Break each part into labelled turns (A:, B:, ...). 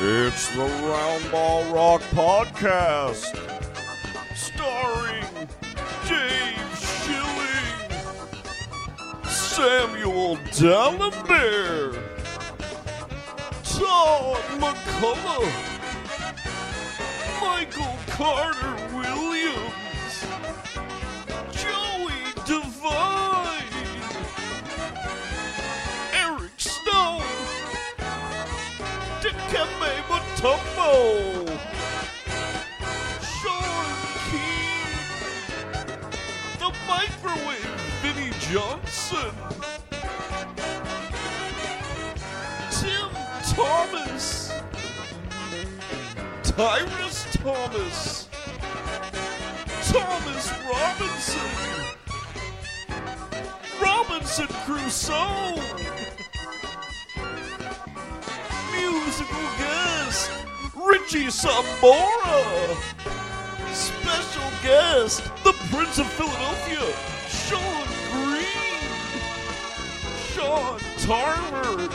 A: It's the Round Ball Rock Podcast, starring Dave Schilling, Samuel Dallenbear, Todd McCullough, Michael Carter Williams, Joey Devine, Eric Stone. Dikembe Mutombo. Sean Key. The Microwave Vinnie Johnson. Tim Thomas. Tyrus Thomas. Thomas Robinson. Robinson Crusoe musical guest, Richie Sambora. Special guest, the Prince of Philadelphia, Sean Green. Sean Tarver.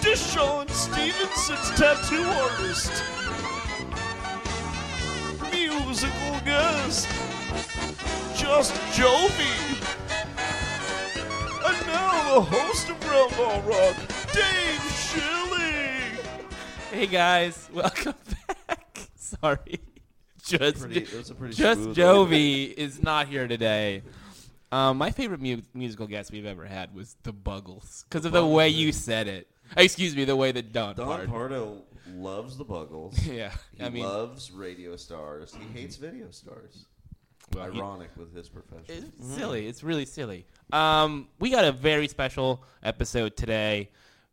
A: Deshaun Stevenson's tattoo artist. Musical guest, Just Jovi. And now the host of Round Ball Rock, Dave Schilling.
B: Hey guys, welcome back. Sorry, just
C: Pretty- that was a pretty
B: just
C: smooth
B: Jovi is not here today. Um, my favorite mu- musical guest we've ever had was the Buggles because of the way you said it. Excuse me, the way that Don,
C: Don
B: Pardo-
C: Pardo loves the Buggles.
B: Yeah,
C: He
B: I mean,
C: loves radio stars. He hates video stars.
B: well, you-
C: Ironic with his profession.
B: It's silly. It's really silly. Um, we got a very special episode today.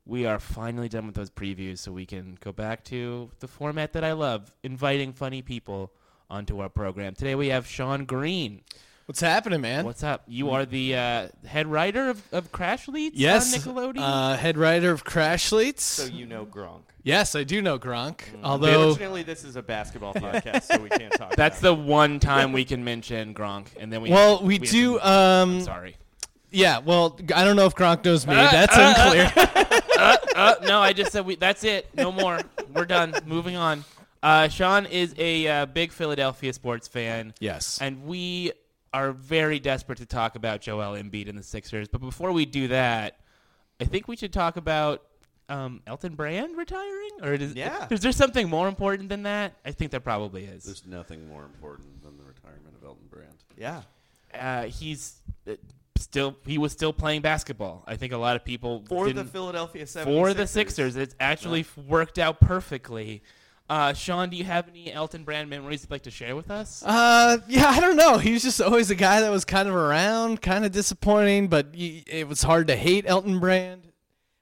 B: We are finally done with those previews, so we can go back to the format that I love: inviting funny people onto our program. Today we have Sean Green.
D: What's happening, man?
B: What's up? You are the uh, head writer of, of Crash Leads
D: yes,
B: on Nickelodeon.
D: Uh, head writer of Crash Leads.
E: So you know Gronk.
D: yes, I do know Gronk.
B: Mm.
D: Although,
E: Unfortunately, this is a basketball podcast, so we can't talk.
B: That's
E: about
B: the one time we can mention Gronk, and then we
D: well, we,
B: have to
D: do.
B: move-
D: Um,
B: sorry.
D: yeah. Well, I don't know if Gronk knows me. That's unclear.
B: Uh, no, I just said we. That's it. No more. We're done. Moving on. Uh, Sean is a uh, big Philadelphia sports fan.
D: yes.
B: And we are very desperate to talk about Joel Embiid and the Sixers. But before we do that, I think we should talk about um, Elton Brand retiring. Or is,
C: Yeah.
B: is there something more important than that? I think there probably is.
C: There's nothing more important than the retirement of Elton Brand.
E: it. yeah.
B: Uh, he's uh, still he was still playing basketball. I think a lot of people
E: For the
B: didn't-
E: Philadelphia 76ers.
B: for the Sixers. It's actually f worked out perfectly. Uh, Sean, do you have any Elton Brand memories you'd like to share with us?
D: Uh, yeah, I don't know. He was just always a guy that was kind of around, kind of disappointing, but y it was hard to hate Elton Brand.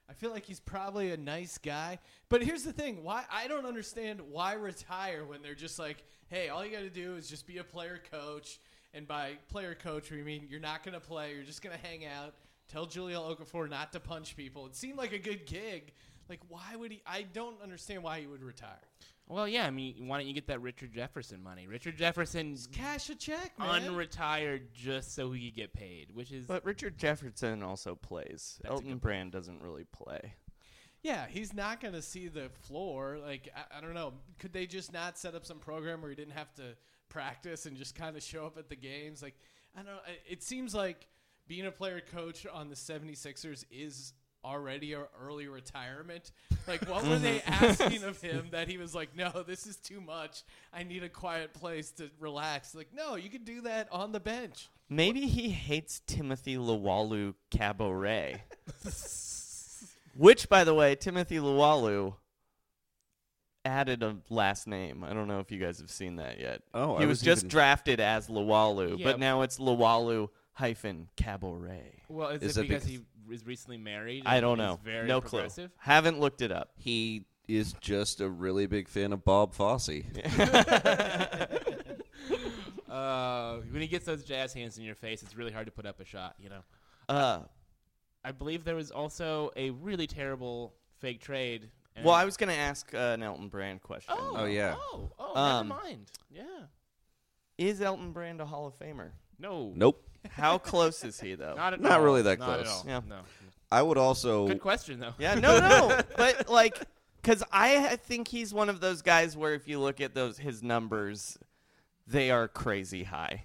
D: I feel like he's probably a nice guy, but here's the thing: why I don't understand why retire when they're just like, hey, all you got to do is just be a player coach, and by player coach we mean you're not gonna play, you're just gonna hang out, tell Julio Okafor not to punch people. It seemed like a good gig. Like, why would he? I don't understand why he would retire.
B: well, yeah. I mean, why don't you get that Richard Jefferson money? Richard Jefferson
D: Cash a check, man.
B: unretired just so he could get paid, which is
E: But Richard Jefferson also plays.
B: That's a
E: Elton Brand doesn't really play.
D: Yeah, he's not going to see the floor. Like, I, I don't know. Could they just not set up some program where he didn't have to practice and just kind of show up at the games? Like, I don't know. It- It seems like being a player coach on the 76ers is already a early retirement. Like, what were they asking of him that he was like, no, this is too much. I need a quiet place to relax. Like, no, you could do that on the bench.
F: Maybe he hates Timothy Luwalu Cabaret. Which, by the way, Timothy Luwalu added a last name. I don't know if you guys have seen that yet.
C: Oh,
F: he
C: I
F: was,
C: was
F: just
C: even-
F: drafted as Luwalu,
B: Yeah,
F: but
B: b-
F: now it's Luwalu hyphen Cabaret.
B: Well, is,
C: Is
B: it
C: that
B: because,
C: because-
B: he is recently married?
F: I
B: and
F: don't
B: he's
F: know.
B: Very
F: no clue.
B: progressive?
F: Haven't looked it up.
C: He is just a really big fan of Bob Fosse.
B: Uh, when he gets those jazz hands in your face, it's really hard to put up a shot. You know.
F: Uh,
B: I believe there was also a really terrible fake trade. and-
F: well, I was going to ask uh, an Elton Brand question.
B: Oh,
C: Oh, yeah.
B: Oh, oh,
F: Um,
B: never mind. Yeah.
F: Is Elton Brand a Hall of Famer?
B: No.
C: Nope.
F: How close is he, though?
B: Not at
C: Not
B: all.
C: really that
B: Not at
C: close.
B: all.
F: Yeah.
B: No.
C: I would also.
B: Good question though.
F: Yeah, no, no, but like, because I think he's one of those guys where if you look at those his numbers, they are crazy high.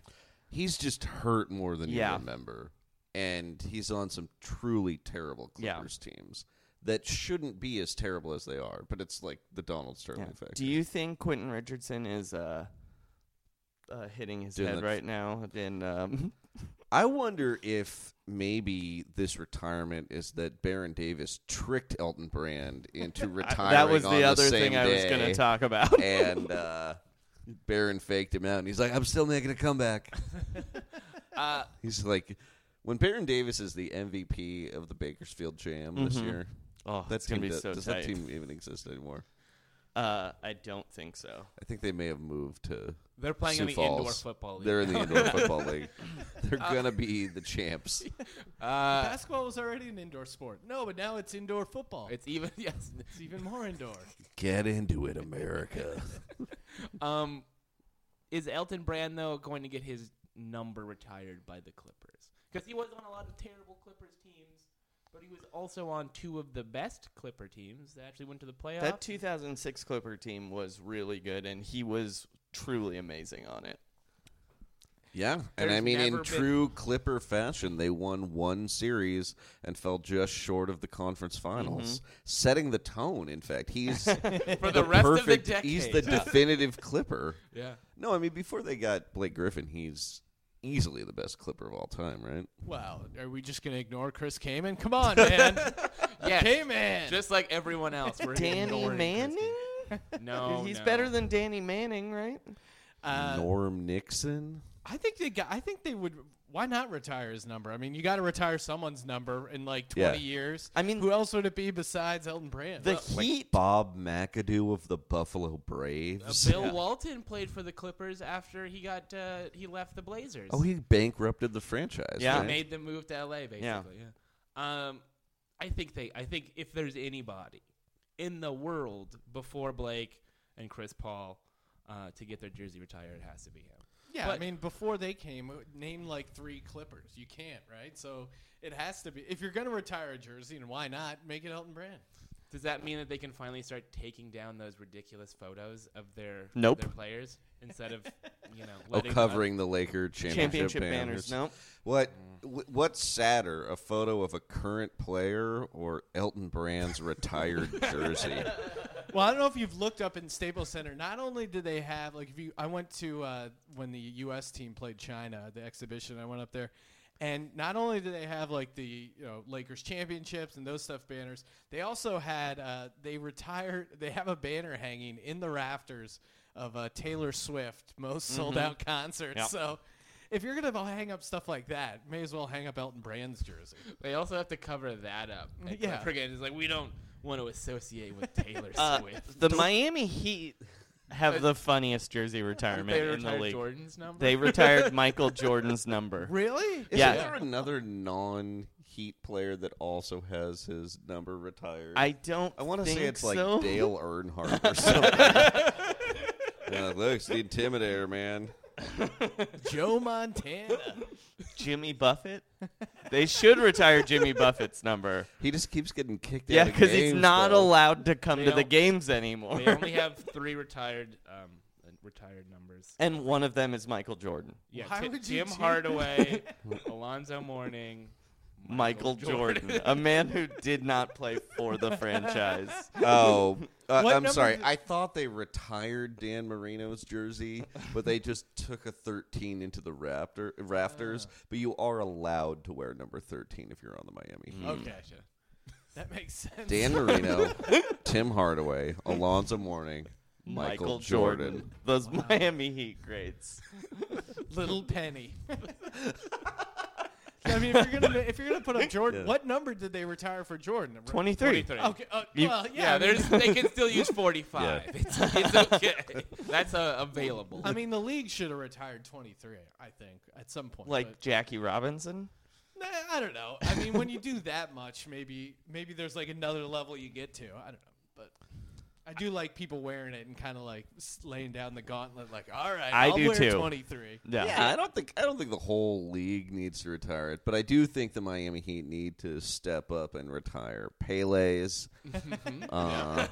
C: He's just hurt more than
F: Yeah.
C: you remember. And he's on some truly terrible
F: Yeah.
C: Clippers teams that shouldn't be as terrible as they are, but it's like the Donald Sterling effect.
F: Do you think Quentin Richardson is uh, uh hitting his
C: Doing
F: head
C: the-
F: right now? And um,
C: I wonder if maybe this retirement is that Baron Davis tricked Elton Brand into retiring.
F: that was
C: on
F: the other
C: same
F: thing I was going
C: day,
F: to talk about.
C: and uh, Baron faked him out, and he's like, "I'm still making a comeback."
B: Uh,
C: he's like, when Baron Davis is the MVP of the Bakersfield Jam this
B: Mm-hmm.
C: year.
F: oh,
C: That
F: that's going to be
C: team do-
F: so
C: does
F: tight.
C: that team even exist anymore?
F: Uh, I don't think so.
C: I think they may have moved to.
B: They're playing
C: Sioux
B: in the
C: Falls.
B: indoor football league. Uh,
C: They're in the indoor football league. They're gonna be the champs.
D: Uh, Basketball was already an indoor sport. No, but now it's indoor football. It's
B: It's even yes.
D: even more indoor.
C: Get into it, America.
B: Um, is Elton Brand though going to get his number retired by the Clippers? Because he was on a lot of terrible Clippers teams, but he was also on two of the best Clipper teams that actually went to the playoffs.
F: That 2006 Clipper team was really good, and he was truly amazing on it.
C: Yeah, and I
B: There's
C: mean,
B: never
C: in
B: been-
C: true Clipper fashion, they won one series and fell just short of the conference finals, setting the tone. In fact, he's
B: Mm-hmm. for
C: the
B: the rest
C: perfect.
B: of the decade.
C: he's the definitive Clipper.
B: yeah.
C: No, I mean, before they got Blake Griffin, he's easily the best Clipper of all time, right?
D: Wow, are we just gonna ignore Chris Kaman? Come on, man.
B: Yes.
D: Kaman.
B: Just like everyone else, we're
F: Danny
B: ignoring Chris
F: Manning?
B: Gaines. No,
C: Oh,
F: He's
B: no.
F: better than Danny Manning, right?
B: Uh,
C: Norm Nixon.
D: I think they got. I think they would. Why not retire his number? I mean, you got to retire someone's number in like
C: Yeah.
D: 20 years.
F: I mean-
D: who else would it be besides Elton Brand?
F: The
D: Well,
F: Heat.
C: Bob McAdoo of the Buffalo
B: Uh,
C: Braves.
B: Bill Walton played for the Clippers after he got uh, he left the Blazers.
C: Oh, he bankrupted the franchise.
F: Yeah.
C: right?
B: made them move to LA basically. Yeah. Um, I think they. I think if there's anybody in the world before Blake and Chris Paul uh, to get their jersey retired, it has to be him.
D: yeah, I
B: but-
D: mean, before they came, name like three Clippers. You can't, right? So it has to be. If you're gonna retire a jersey, and why not make it Elton Brand?
B: Does that mean that they can finally start taking down those ridiculous photos of their
F: Nope.
B: their players instead of you know
C: Oh,
B: letting
C: covering the Laker championship,
F: Championship
C: banners.
F: banners, no.
C: What? wh- What's sadder, a photo of a current player or Elton Brand's retired jersey?
D: Well, I don't know if you've looked up in Staples Center. Not only do they have like if you, I went to uh, when the U.S. team played China, the exhibition. I went up there, and not only do they have like the you know Lakers championships and those stuff banners, they also had uh, they retired. They have a banner hanging in the rafters of uh, Taylor Swift most sold out concert. So. If you're gonna hang up stuff like that, may as well hang up Elton Brand's jersey.
B: They also have to cover that up. And
D: Mm, Yeah.
B: Clipper Gaines is like we don't want to associate with Taylor
F: Uh,
B: Swift.
F: the Miami Heat have the funniest jersey retirement
B: They
F: in the
B: retired
F: league.
B: Jordan's number.
F: They retired Michael Jordan's number.
D: Really?
C: Is
F: Yeah.
C: there another non-Heat player that also has his number retired?
F: I don't.
C: I want to
F: think
C: say it's like
F: so.
C: Dale Earnhardt or something. uh, looks the Intimidator, man.
D: Joe Montana.
F: Jimmy Buffett. They should retire Jimmy Buffett's number.
C: He just keeps getting kicked
F: Yeah,
C: out.
F: because he's not
C: allowed.
F: allowed to come
B: They
F: to the
B: don't-
F: games anymore.
B: They only have three retired um, uh, retired numbers.
F: and one of them is Michael Jordan.
B: Yeah,
D: Why
B: Ti-
D: would you
B: Tim
D: do that?
B: Hardaway, Alonzo Mourning,
F: Michael Jordan, a man who did not play for the franchise.
C: Oh, uh,
D: What
C: I'm
D: number
C: sorry.
D: is it?
C: I thought they retired Dan Marino's jersey, but they just took a 13 into the raptor rafters.
D: Ah.
C: But you are allowed to wear number 13 if you're on the Miami Heat.
D: Okay, that makes sense.
C: Dan Marino, Tim Hardaway, Alonzo Mourning,
F: Michael,
C: Michael,
F: Jordan.
C: Jordan.
F: Those Miami Heat greats.
D: Little Penny. I mean, if you're gonna if you're gonna put up Jordan, what number did they retire for Jordan?
F: 23.
B: 23.
D: Okay. Uh,
F: You-
D: well, yeah.
B: Yeah,
D: I mean,
B: there's, they can still use 45. It's, it's okay. That's uh, available.
D: I mean, the league should have retired 23. I think at some point.
F: Like Jackie Robinson?
D: but, nah, I don't know. I mean, when you do that much, maybe maybe there's like another level you get to. I don't know, but. I do like people wearing it and kind of like s- laying down the gauntlet, like, all right,
F: I
D: will
F: do
D: wear
F: too.
D: 23.
F: Yeah.
C: Yeah, I don't think I don't think the whole league needs to retire it, but I do think the Miami Heat need to step up and retire Pele's. uh,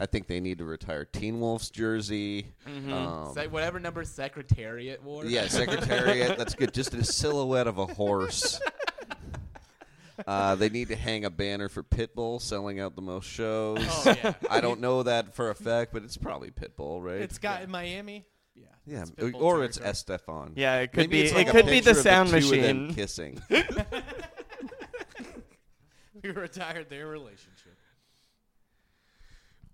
C: I think they need to retire Teen Wolf's jersey.
D: Mm-hmm.
C: Um,
B: Se- whatever number Secretariat wore.
C: Yeah, Secretariat. that's good. Just a silhouette of a horse. Uh, they need to hang a banner for Pitbull selling out the most shows.
D: Oh, yeah.
C: I don't know that for a fact, but it's probably Pitbull, right?
D: It's got in Miami. Yeah.
C: yeah,
D: it's Pitbull
C: or it's
D: territory.
C: Estefan.
F: Yeah, it could
C: Maybe
F: be
C: it's like
F: it
C: a
F: could be
C: picture
F: the
C: of
F: sound
C: two of them
F: machine.
C: kissing.
D: We retired their relationship.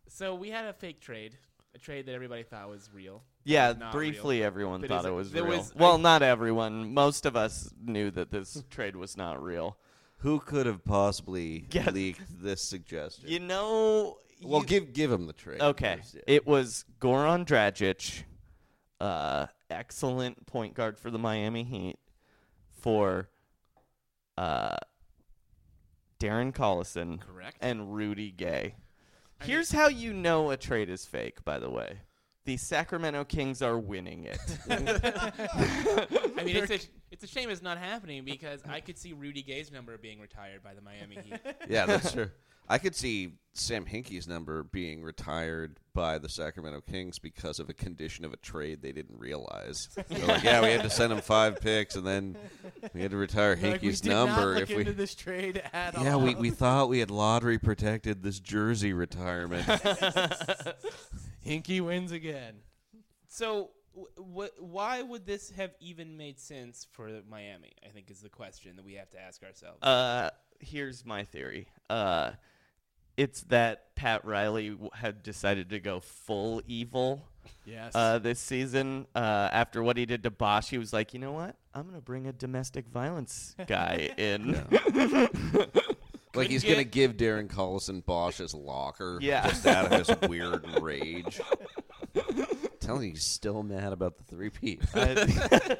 B: So we had a fake trade, a trade that everybody thought was real.
F: Yeah,
B: Not
F: briefly
B: real.
F: everyone
B: But
F: thought
B: is
F: it
B: it-
F: was
B: there
F: real.
B: was-
F: well, not everyone. Most of us knew that this trade was not real.
C: Who could have possibly
F: Yeah.
C: leaked this suggestion?
F: You know,
C: well,
F: you-
C: give give him the trick.
F: Okay.
C: first, yeah.
F: It was Goran Dragic, uh, excellent point guard for the Miami Heat, for uh, Darren Collison
B: Correct.
F: and Rudy Gay. Here's how you know a trade is fake, by the way. The Sacramento Kings are winning it.
B: I mean, it's a, it's a shame it's not happening because I could see Rudy Gay's number being retired by the Miami Heat.
C: Yeah, that's true. I could see Sam Hinkie's number being retired by the Sacramento Kings because of a condition of a trade they didn't realize. They're like, yeah, we had to send him five picks, and then we had to retire
D: Like, we
C: Hinkie's
D: did
C: number
D: not look
C: if
D: into
C: we.
D: this trade at all.
C: Yeah, we, we thought we had lottery protected this jersey retirement.
D: Hinky wins again.
B: So, w- w- why would this have even made sense for Miami? I think is the question that we have to ask ourselves.
F: Uh, here's my theory. Uh, it's that Pat Riley w- had decided to go full evil.
D: Yes.
F: uh, this season uh, after what he did to Bosch. He was like, you know what? I'm going to bring a domestic violence guy in.
C: like he's
B: Couldn't
C: gonna give Darren Collison Bosch his locker,
F: Yeah.
C: just out of his weird rage. Telling you, he's still mad about the three P.
F: I-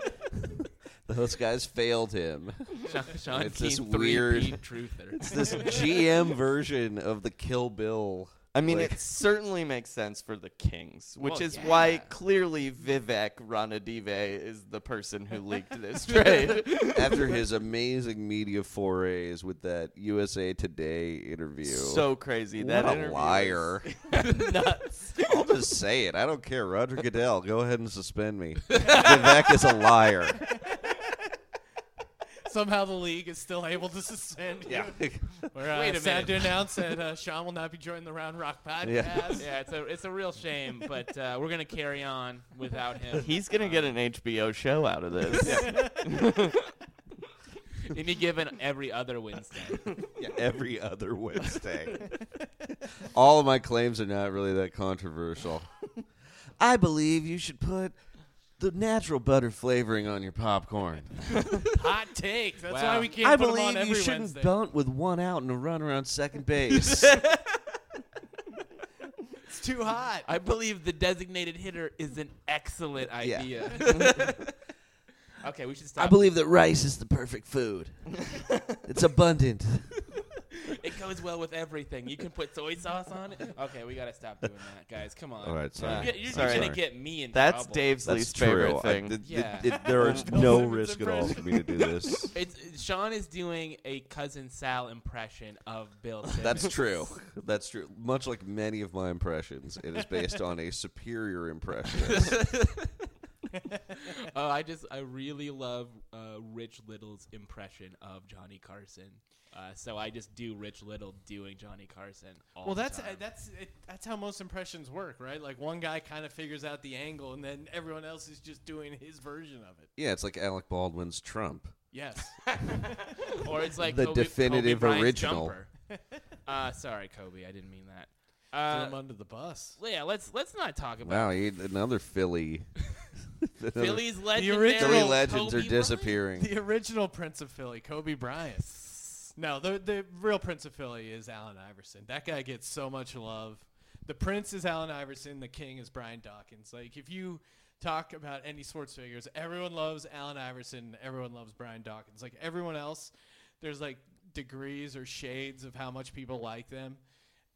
C: Those guys failed him.
B: Sean, Sean
C: it's
B: Keane,
C: this
B: three-peat
C: weird-
B: truther.
C: this GM version of the Kill Bill.
F: I mean,
C: Like-
F: it certainly makes sense for the Kings, which
B: Well,
F: is
B: yeah.
F: why clearly Vivek Ranadive is the person who leaked this trade.
C: after his amazing media forays with that USA Today interview.
F: so crazy.
C: what
F: that interview
C: a
F: was
C: liar!
F: Nuts.
C: I'll just say it. I don't care. Roger Goodell, go ahead and suspend me. Vivek is a liar.
D: Somehow the league is still able to suspend. you. We're uh,
B: Wait a
D: sad to
B: minute.
D: announce that uh, Sean will not be joining the Round Rock podcast.
C: Yeah.
B: yeah, it's a it's a real shame, but uh, we're gonna carry on without him.
F: He's going to get an HBO show out of this.
B: any given every other Wednesday.
C: Yeah, every other Wednesday. All of my claims are not really that controversial. I believe you should put the natural butter flavoring on your popcorn.
D: Hot takes. That's
B: Wow.
D: why we can't
C: I
D: put 'em on
C: believe
D: every
C: you shouldn't
D: Wednesday.
C: bunt with one out and a run around second base.
D: It's too hot.
B: I believe the designated hitter is an excellent idea. okay, we should stop.
C: I believe that rice is the perfect food. it's abundant.
B: it it goes well with everything. You can put soy sauce on it. Okay, we gotta stop doing that, guys. Come on.
C: All right, sorry.
B: You're, you're
F: Sorry.
B: gonna get me in
F: That's
B: trouble.
F: Dave's
C: That's
F: least
C: true.
F: favorite
C: I-
F: thing.
C: th- th-
B: Yeah.
C: it- there is no risk at all for me to do this.
B: It's Sean is doing a cousin Sal impression of Bill. Simmons.
C: That's true. That's true. Much like many of my impressions, it is based on a superior impression.
B: Oh, I just I really love uh, Rich Little's impression of Johnny Carson. Uh, so I just do Rich Little doing Johnny Carson. All
D: Well,
B: the
D: that's uh,
B: time.
D: that's it, that's how most impressions work, right? Like one guy kind of figures out the angle, and then everyone else is just doing his version of it.
C: yeah, it's like Alec Baldwin's Trump.
D: Yes.
B: or it's like
C: the
B: Kobe-
C: definitive
B: Kobe Bryant's
C: original.
B: jumper. Uh, sorry, Kobe, I didn't mean that.
D: Throw
B: Uh,
D: him under the bus.
B: yeah, let's let's not talk about
C: Wow, he, another Philly. another-
B: Philly's legendary.
D: original-
C: Philly legends
B: Kobe
C: are
B: Bryant?
C: disappearing.
D: The original Prince of Philly, Kobe Bryant. No, the the real Prince of Philly is Allen Iverson. That guy gets so much love. The Prince is Allen Iverson. The King is Brian Dawkins. Like if you talk about any sports figures, everyone loves Allen Iverson. Everyone loves Brian Dawkins. Like everyone else, there's like degrees or shades of how much people like them.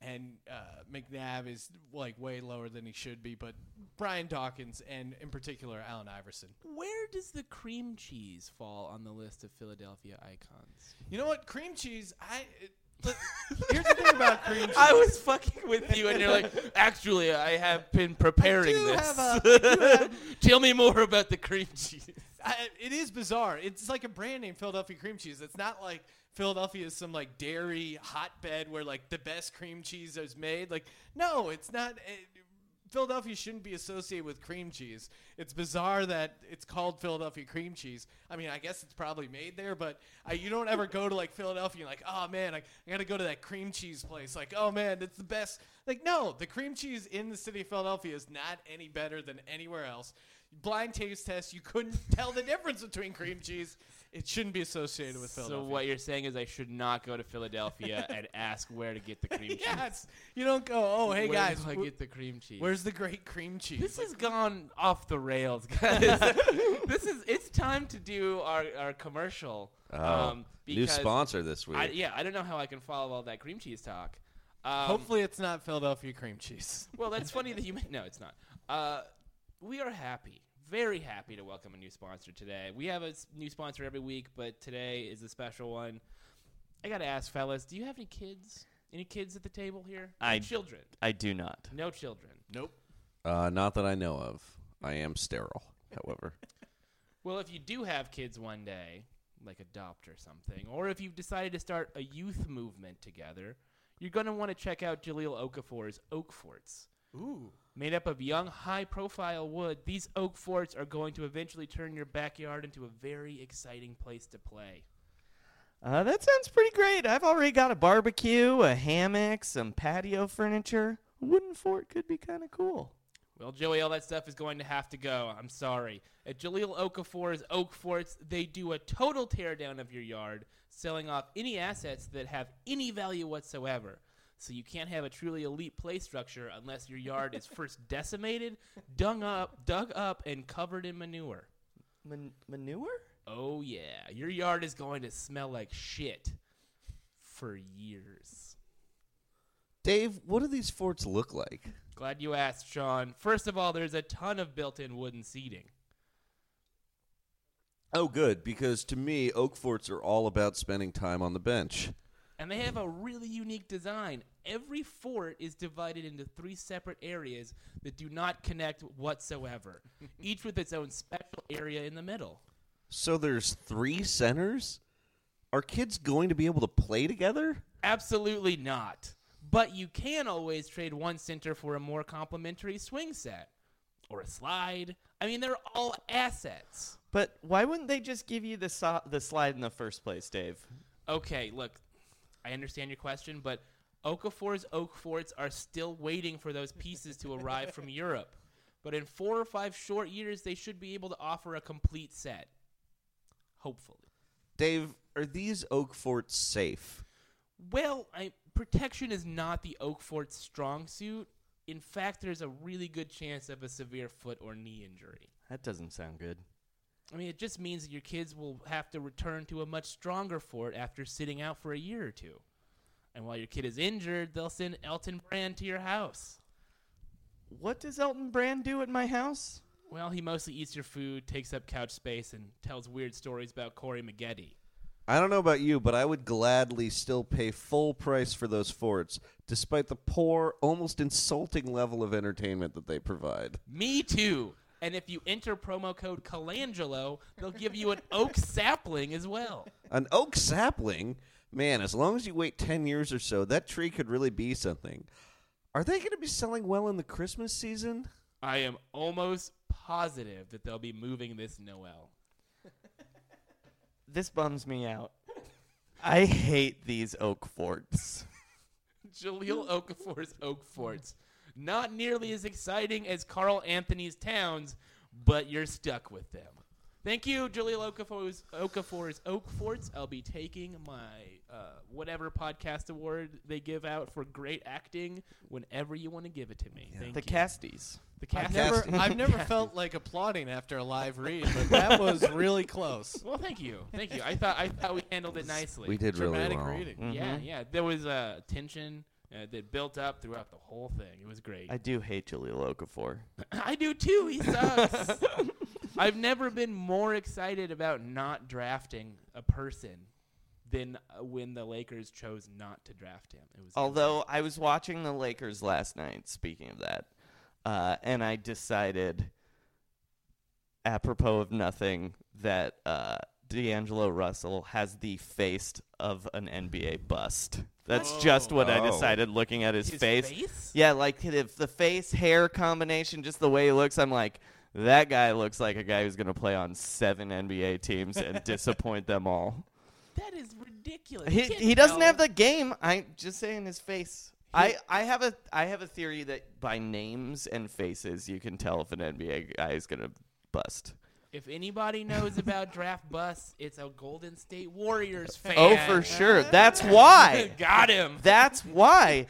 D: And uh, McNabb is like way lower than he should be, but Brian Dawkins and in particular Allen Iverson.
B: Where does the cream cheese fall on the list of Philadelphia icons?
D: You know what? Cream cheese. I. It, look, here's the thing about cream cheese.
B: I was fucking with you, and you're like, actually, I have been preparing
D: do
B: this.
D: have a-
B: Tell me more about the cream cheese.
D: I, it is bizarre. It's like a brand name, Philadelphia cream cheese. It's not like Philadelphia is some like dairy hotbed where like the best cream cheese is made. Like, no, it's not. It, Philadelphia shouldn't be associated with cream cheese. It's bizarre that it's called Philadelphia cream cheese. I mean, I guess it's probably made there, but I, you don't ever go to like Philadelphia and like, oh man, I, I got to go to that cream cheese place. Like, oh man, it's the best. Like, no, the cream cheese in the city of Philadelphia is not any better than anywhere else blind taste test, you couldn't tell the difference between cream cheese. It shouldn't be associated with
B: So
D: Philadelphia.
B: what you're saying is I should not go to Philadelphia and ask where to get the cream
D: yeah,
B: cheese.
D: it's, you don't go. Oh, hey
B: where
D: guys,
B: do I
D: wh-
B: get the cream cheese?
D: where's the great cream cheese?
B: this
D: Like,
B: has gone off the rails, guys. this is it's time to do our, our commercial. um,
C: Oh, New
B: because
C: sponsor this week.
B: I, yeah, I don't know how I can follow all that cream cheese talk. Um,
D: hopefully it's not Philadelphia cream cheese.
B: Well, that's funny that you meant. No, it's not. Uh, we are happy, very happy to welcome a new sponsor today. We have a s- new sponsor every week, but today is a special one. I gotta ask, fellas, do you have any kids? Any kids at the table here?
F: I-
B: no children.
F: I do not.
B: No children.
D: Nope.
C: Uh, not that I know of. I am sterile, however.
B: Well, if you do have kids one day, like adopt or something, or if you've decided to start a youth movement together, you're going to want to check out Jaleel Okafor's Oak Forts.
D: Ooh.
B: Made up of young, high profile wood, these oak forts are going to eventually turn your backyard into a very exciting place to play.
F: Uh, that sounds pretty great. I've already got a barbecue, a hammock, some patio furniture. A wooden fort could be kind of cool.
B: Well, Joey, all that stuff is going to have to go. I'm sorry. At Jaleel Okafor's Oak Forts, they do a total teardown of your yard, selling off any assets that have any value whatsoever. So you can't have a truly elite play structure unless your yard is first decimated, dung up, dug up, and covered in manure.
F: Man- manure?
B: Oh yeah, your yard is going to smell like shit for years.
C: Dave, what do these forts look like?
B: Glad you asked, Sean. First of all, there's a ton of built-in wooden seating.
C: Oh, good, because to me, oak forts are all about spending time on the bench.
B: And they have a really unique design. Every fort is divided into three separate areas that do not connect whatsoever, each with its own special area in the middle.
C: So there's three centers? Are kids going to be able to play together?
B: Absolutely not. But you can always trade one center for a more complimentary swing set or a slide. I mean, they're all assets.
F: But why wouldn't they just give you the so- the slide in the first place, Dave?
B: Okay, look, I understand your question, but Okafor's oak forts are still waiting for those pieces to arrive from Europe. But in four or five short years, they should be able to offer a complete set. Hopefully.
C: Dave, are these oak forts safe?
B: Well, I, protection is not the oak fort's strong suit. In fact, there's a really good chance of a severe foot or knee injury.
F: That doesn't sound good.
B: I mean, it just means that your kids will have to return to a much stronger fort after sitting out for a year or two. And while your kid is injured, they'll send Elton Brand to your house.
F: What does Elton Brand do at my house?
B: Well, he mostly eats your food, takes up couch space, and tells weird stories about Corey Maggette.
C: I don't know about you, but I would gladly still pay full price for those forts, despite the poor, almost insulting level of entertainment that they provide.
B: Me too. And if you enter promo code Colangelo, they'll give you an oak sapling as well.
C: An oak sapling, man, as long as you wait 10 years or so, that tree could really be something. Are they going to be selling well in the Christmas season?
B: I am almost positive that they'll be moving this Noel.
F: This bums me out. I hate these oak forts.
B: Jaleel Okafor's Oak Forts. Not nearly as exciting as Carl Anthony's Towns, but you're stuck with them. Thank you, Jaleel Okafor's, Okafor's Oak Forts. I'll be taking my uh, whatever podcast award they give out for great acting whenever you want to give it to me. Thank
F: the
B: you.
F: Casties.
B: the
D: I've
B: cast.
D: never, I've never felt like applauding after a live read, but that was really close.
B: well, thank you, thank you. I thought I thought we handled it nicely.
C: We did really
D: Dramatic
C: well.
D: reading.
F: Mm-hmm.
B: Yeah, yeah. There was uh, tension uh, that built up throughout the whole thing. It was great.
F: I do hate Jaleel Okafor.
B: I do too. He sucks. I've never been more excited about not drafting a person than uh, when the Lakers chose not to draft him. It was
F: Although I was watching the Lakers last night, speaking of that, uh, and I decided, apropos of nothing, that uh, D'Angelo Russell has the face of an NBA bust. That's just what I
C: Oh.
F: decided looking at his,
B: His face?
F: Yeah, like if the face hair combination, just the way he looks, I'm like, that guy looks like a guy who's going to play on seven NBA teams and disappoint them all.
B: that is ridiculous.
F: He,
B: You can't
F: he doesn't
B: tell.
F: have the game. I'm just saying his face. I, I have a I have a theory that by names and faces you can tell if an NBA guy is gonna bust.
B: If anybody knows about draft busts, it's a Golden State Warriors fan.
F: Oh, for sure. That's why.
B: Got him.
F: That's why.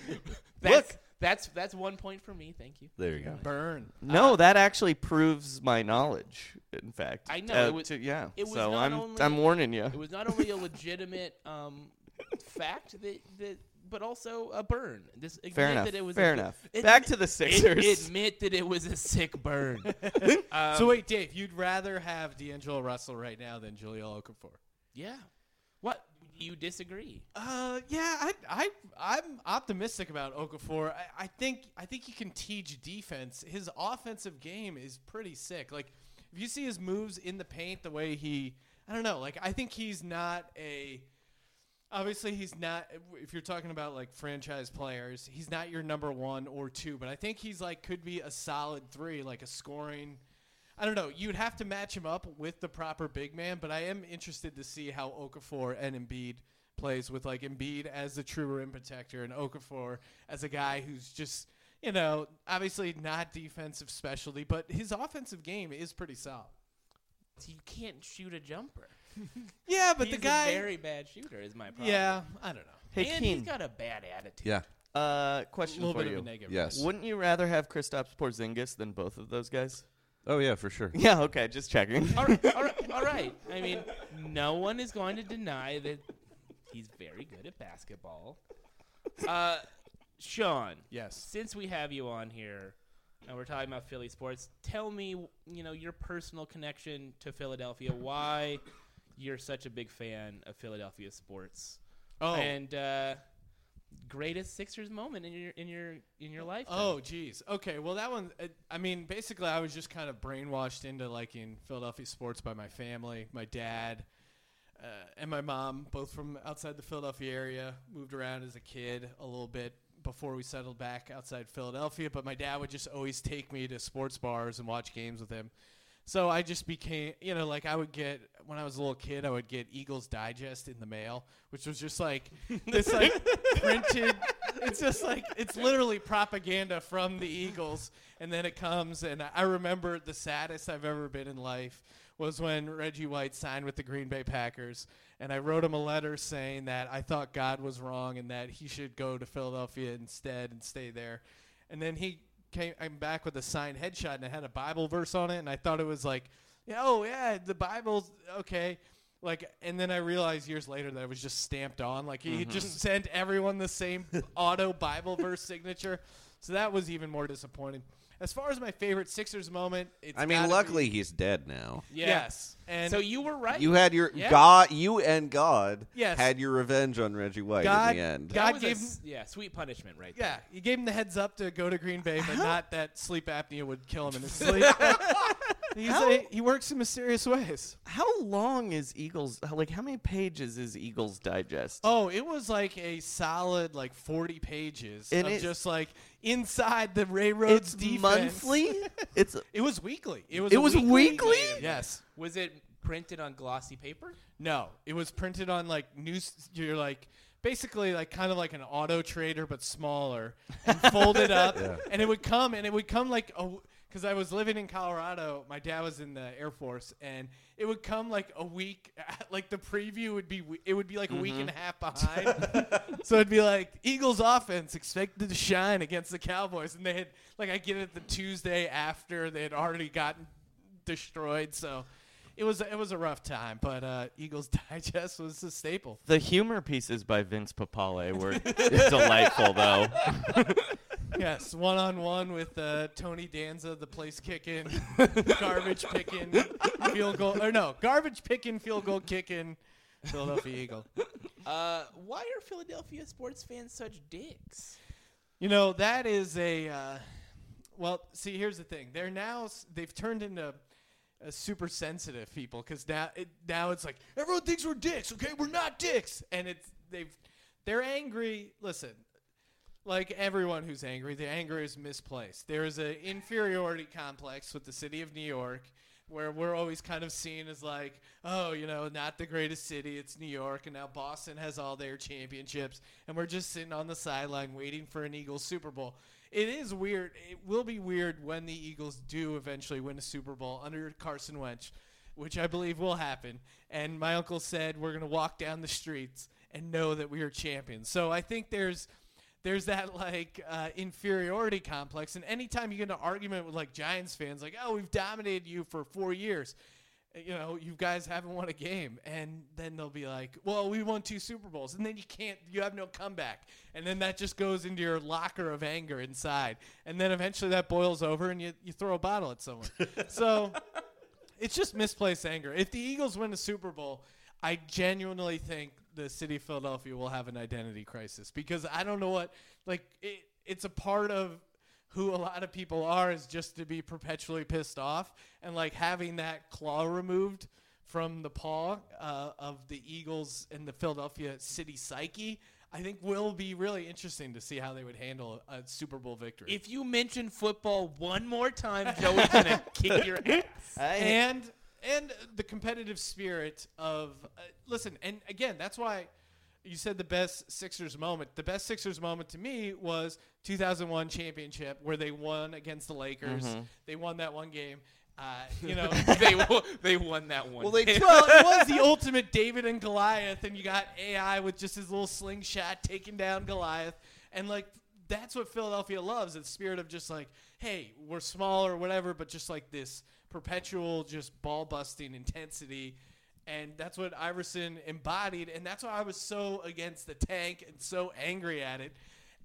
B: That's,
F: Look.
B: that's that's one point for me. Thank you.
C: There you go.
D: Burn.
B: uh,
F: No, that actually proves my knowledge. In fact,
B: I know,
F: Uh,
B: it was-
F: to- yeah.
B: it was
F: so
B: not
F: I'm
B: only-
F: I'm warning you.
B: It was not only a legitimate um, fact that, that, but also a burn. This admit
F: Fair enough.
B: That it was
F: Fair
B: a,
F: enough.
B: admit-
F: Back to the Sixers.
B: It, admit that it was a sick burn. Um,
D: so wait, Dave, you'd rather have D'Angelo Russell right now than Julio Okafor?
B: yeah. What? Do you disagree?
D: Uh, yeah, I, I, I'm optimistic about Okafor. I, I think, I think he can teach defense. His offensive game is pretty sick. Like, if you see his moves in the paint, the way he, I don't know. Like, I think he's not a. Obviously, he's not. If you're talking about like franchise players, he's not your number one or two. But I think he's like could be a solid three, like a scoring. I don't know. You'd have to match him up with the proper big man, but I am interested to see how Okafor and Embiid plays with like Embiid as the true rim protector and Okafor as a guy who's just you know obviously not defensive specialty, but his offensive game is pretty solid.
B: You can't shoot a jumper.
D: Yeah, but
B: he's
D: the guy.
B: a very bad shooter is my problem.
D: yeah, I don't know.
F: hey,
B: and
F: Keen.
B: he's got a bad attitude.
C: Yeah.
F: uh,
D: A
F: question
D: little
F: for
D: bit
F: you.
D: of a negative.
C: Yes.
F: Wouldn't you rather have Kristaps Porzingis than both of those guys?
C: Oh, yeah, for sure.
F: Yeah. Okay. Just checking.
B: All right, all right, all right. I mean, no one is going to deny that he's very good at basketball. Uh, Sean.
D: Yes.
B: since we have you on here and we're talking about Philly sports, tell me, you know, your personal connection to Philadelphia, why you're such a big fan of Philadelphia sports.
D: Oh.
B: And uh, greatest Sixers moment in your in your in your life.
D: Oh, geez. Okay. Well, that one. uh, I mean, basically, I was just kind of brainwashed into liking Philadelphia sports by my family, my dad, uh, and my mom, both from outside the Philadelphia area. Moved around as a kid a little bit before we settled back outside Philadelphia. But my dad would just always take me to sports bars and watch games with him. So I just became, you know, like I would get when I was a little kid, I would get Eagles Digest in the mail, which was just like this like printed. It's just like it's literally propaganda from the Eagles, and then it comes. And I remember the saddest I've ever been in life was when Reggie White signed with the Green Bay Packers, and I wrote him a letter saying that I thought God was wrong and that he should go to Philadelphia instead and stay there. And then he came I'm back with a signed headshot and it had a Bible verse on it, and I thought it was like, yeah, oh yeah, the Bible's okay. Like, and then I realized years later that it was just stamped on. Like, he just sent everyone the same auto Bible verse signature. So that was even more disappointing. As far as my favorite Sixers moment, it's
C: I mean,
D: gotta
C: luckily
D: be-
C: he's dead now.
D: yes. And
B: So you were right.
C: You had your
B: Yeah.
C: God. You and God
D: Yes.
C: had your revenge on Reggie White
D: God,
C: in the end.
B: That
D: God
B: was a
D: gave him,
B: s- yeah, sweet punishment right
D: yeah,
B: there.
D: he gave him the heads up to go to Green Bay, but not that sleep apnea would kill him in his sleep. He's a, he works in mysterious ways.
F: How long is Eagles? how- Like, how many pages is Eagles Digest?
D: Oh, it was like a solid like forty pages
F: And
D: of
F: it-
D: just like inside the
F: it's
D: railroads defense.
F: monthly. it's
D: It was weekly. It was.
F: It
D: a
F: was weekly?
D: game. Yes.
B: Was it printed on glossy paper?
D: No. It was printed on like news. You're like basically like kind of like an auto trader but smaller and folded up, and it would come and it would come like a. Because I was living in Colorado, my dad was in the Air Force, and it would come like a week. Like the preview would be, we- it would be like a week and a half behind. So it'd be like Eagles offense expected to shine against the Cowboys, and they had like I get it the Tuesday after they had already gotten destroyed. So it was it was a rough time, but uh, Eagles Digest was a staple.
F: the humor pieces by Vince Papale were delightful, though.
D: Yes, one on one with uh, Tony Danza, the place kicking, garbage picking, field goal or no garbage picking, field goal kicking, Philadelphia Eagle.
B: Uh, why are Philadelphia sports fans such dicks?
D: You know that is a uh, well. See, here's the thing. They're now s- they've turned into uh, super sensitive people because now it, now it's like everyone thinks we're dicks. Okay, we're not dicks, and it's they've they're angry. Listen, like everyone who's angry, the anger is misplaced. There is an inferiority complex with the city of New York where we're always kind of seen as like, oh, you know, not the greatest city, it's New York, and now Boston has all their championships, and we're just sitting on the sideline waiting for an Eagles Super Bowl. It is weird. It will be weird when the Eagles do eventually win a Super Bowl under Carson Wentz, which I believe will happen. And my uncle said we're going to walk down the streets and know that we are champions. So I think there's there's that like uh, inferiority complex and anytime you get in an argument with like giants fans like oh we've dominated you for four years eh, you know you guys haven't won a game and then they'll be like well we won two super bowls and then you can't you have no comeback and then that just goes into your locker of anger inside and then eventually that boils over and you, you throw a bottle at someone so it's just misplaced anger if the eagles win the super bowl i genuinely think the city of philadelphia will have an identity crisis because i don't know what like it, it's a part of who a lot of people are is just to be perpetually pissed off and like having that claw removed from the paw uh, of the eagles and the philadelphia city psyche i think will be really interesting to see how they would handle a super bowl victory
B: If you mention football one more time, Joey's gonna kick your ass.
D: and and the competitive spirit of uh, listen and again that's why you said the best Sixers moment. The best Sixers moment to me was 2001 championship where they won against the Lakers.
C: Mm-hmm.
D: They won that one game. Uh, you know,
B: they wo- they won that one.
C: Well, they took.
D: well, it was the ultimate David and Goliath, and you got AI with just his little slingshot taking down Goliath, and like that's what Philadelphia loves. It's spirit of just like, hey, we're small or whatever, but just like this perpetual, just ball busting intensity. And that's what Iverson embodied, and that's why I was so against the tank and so angry at it.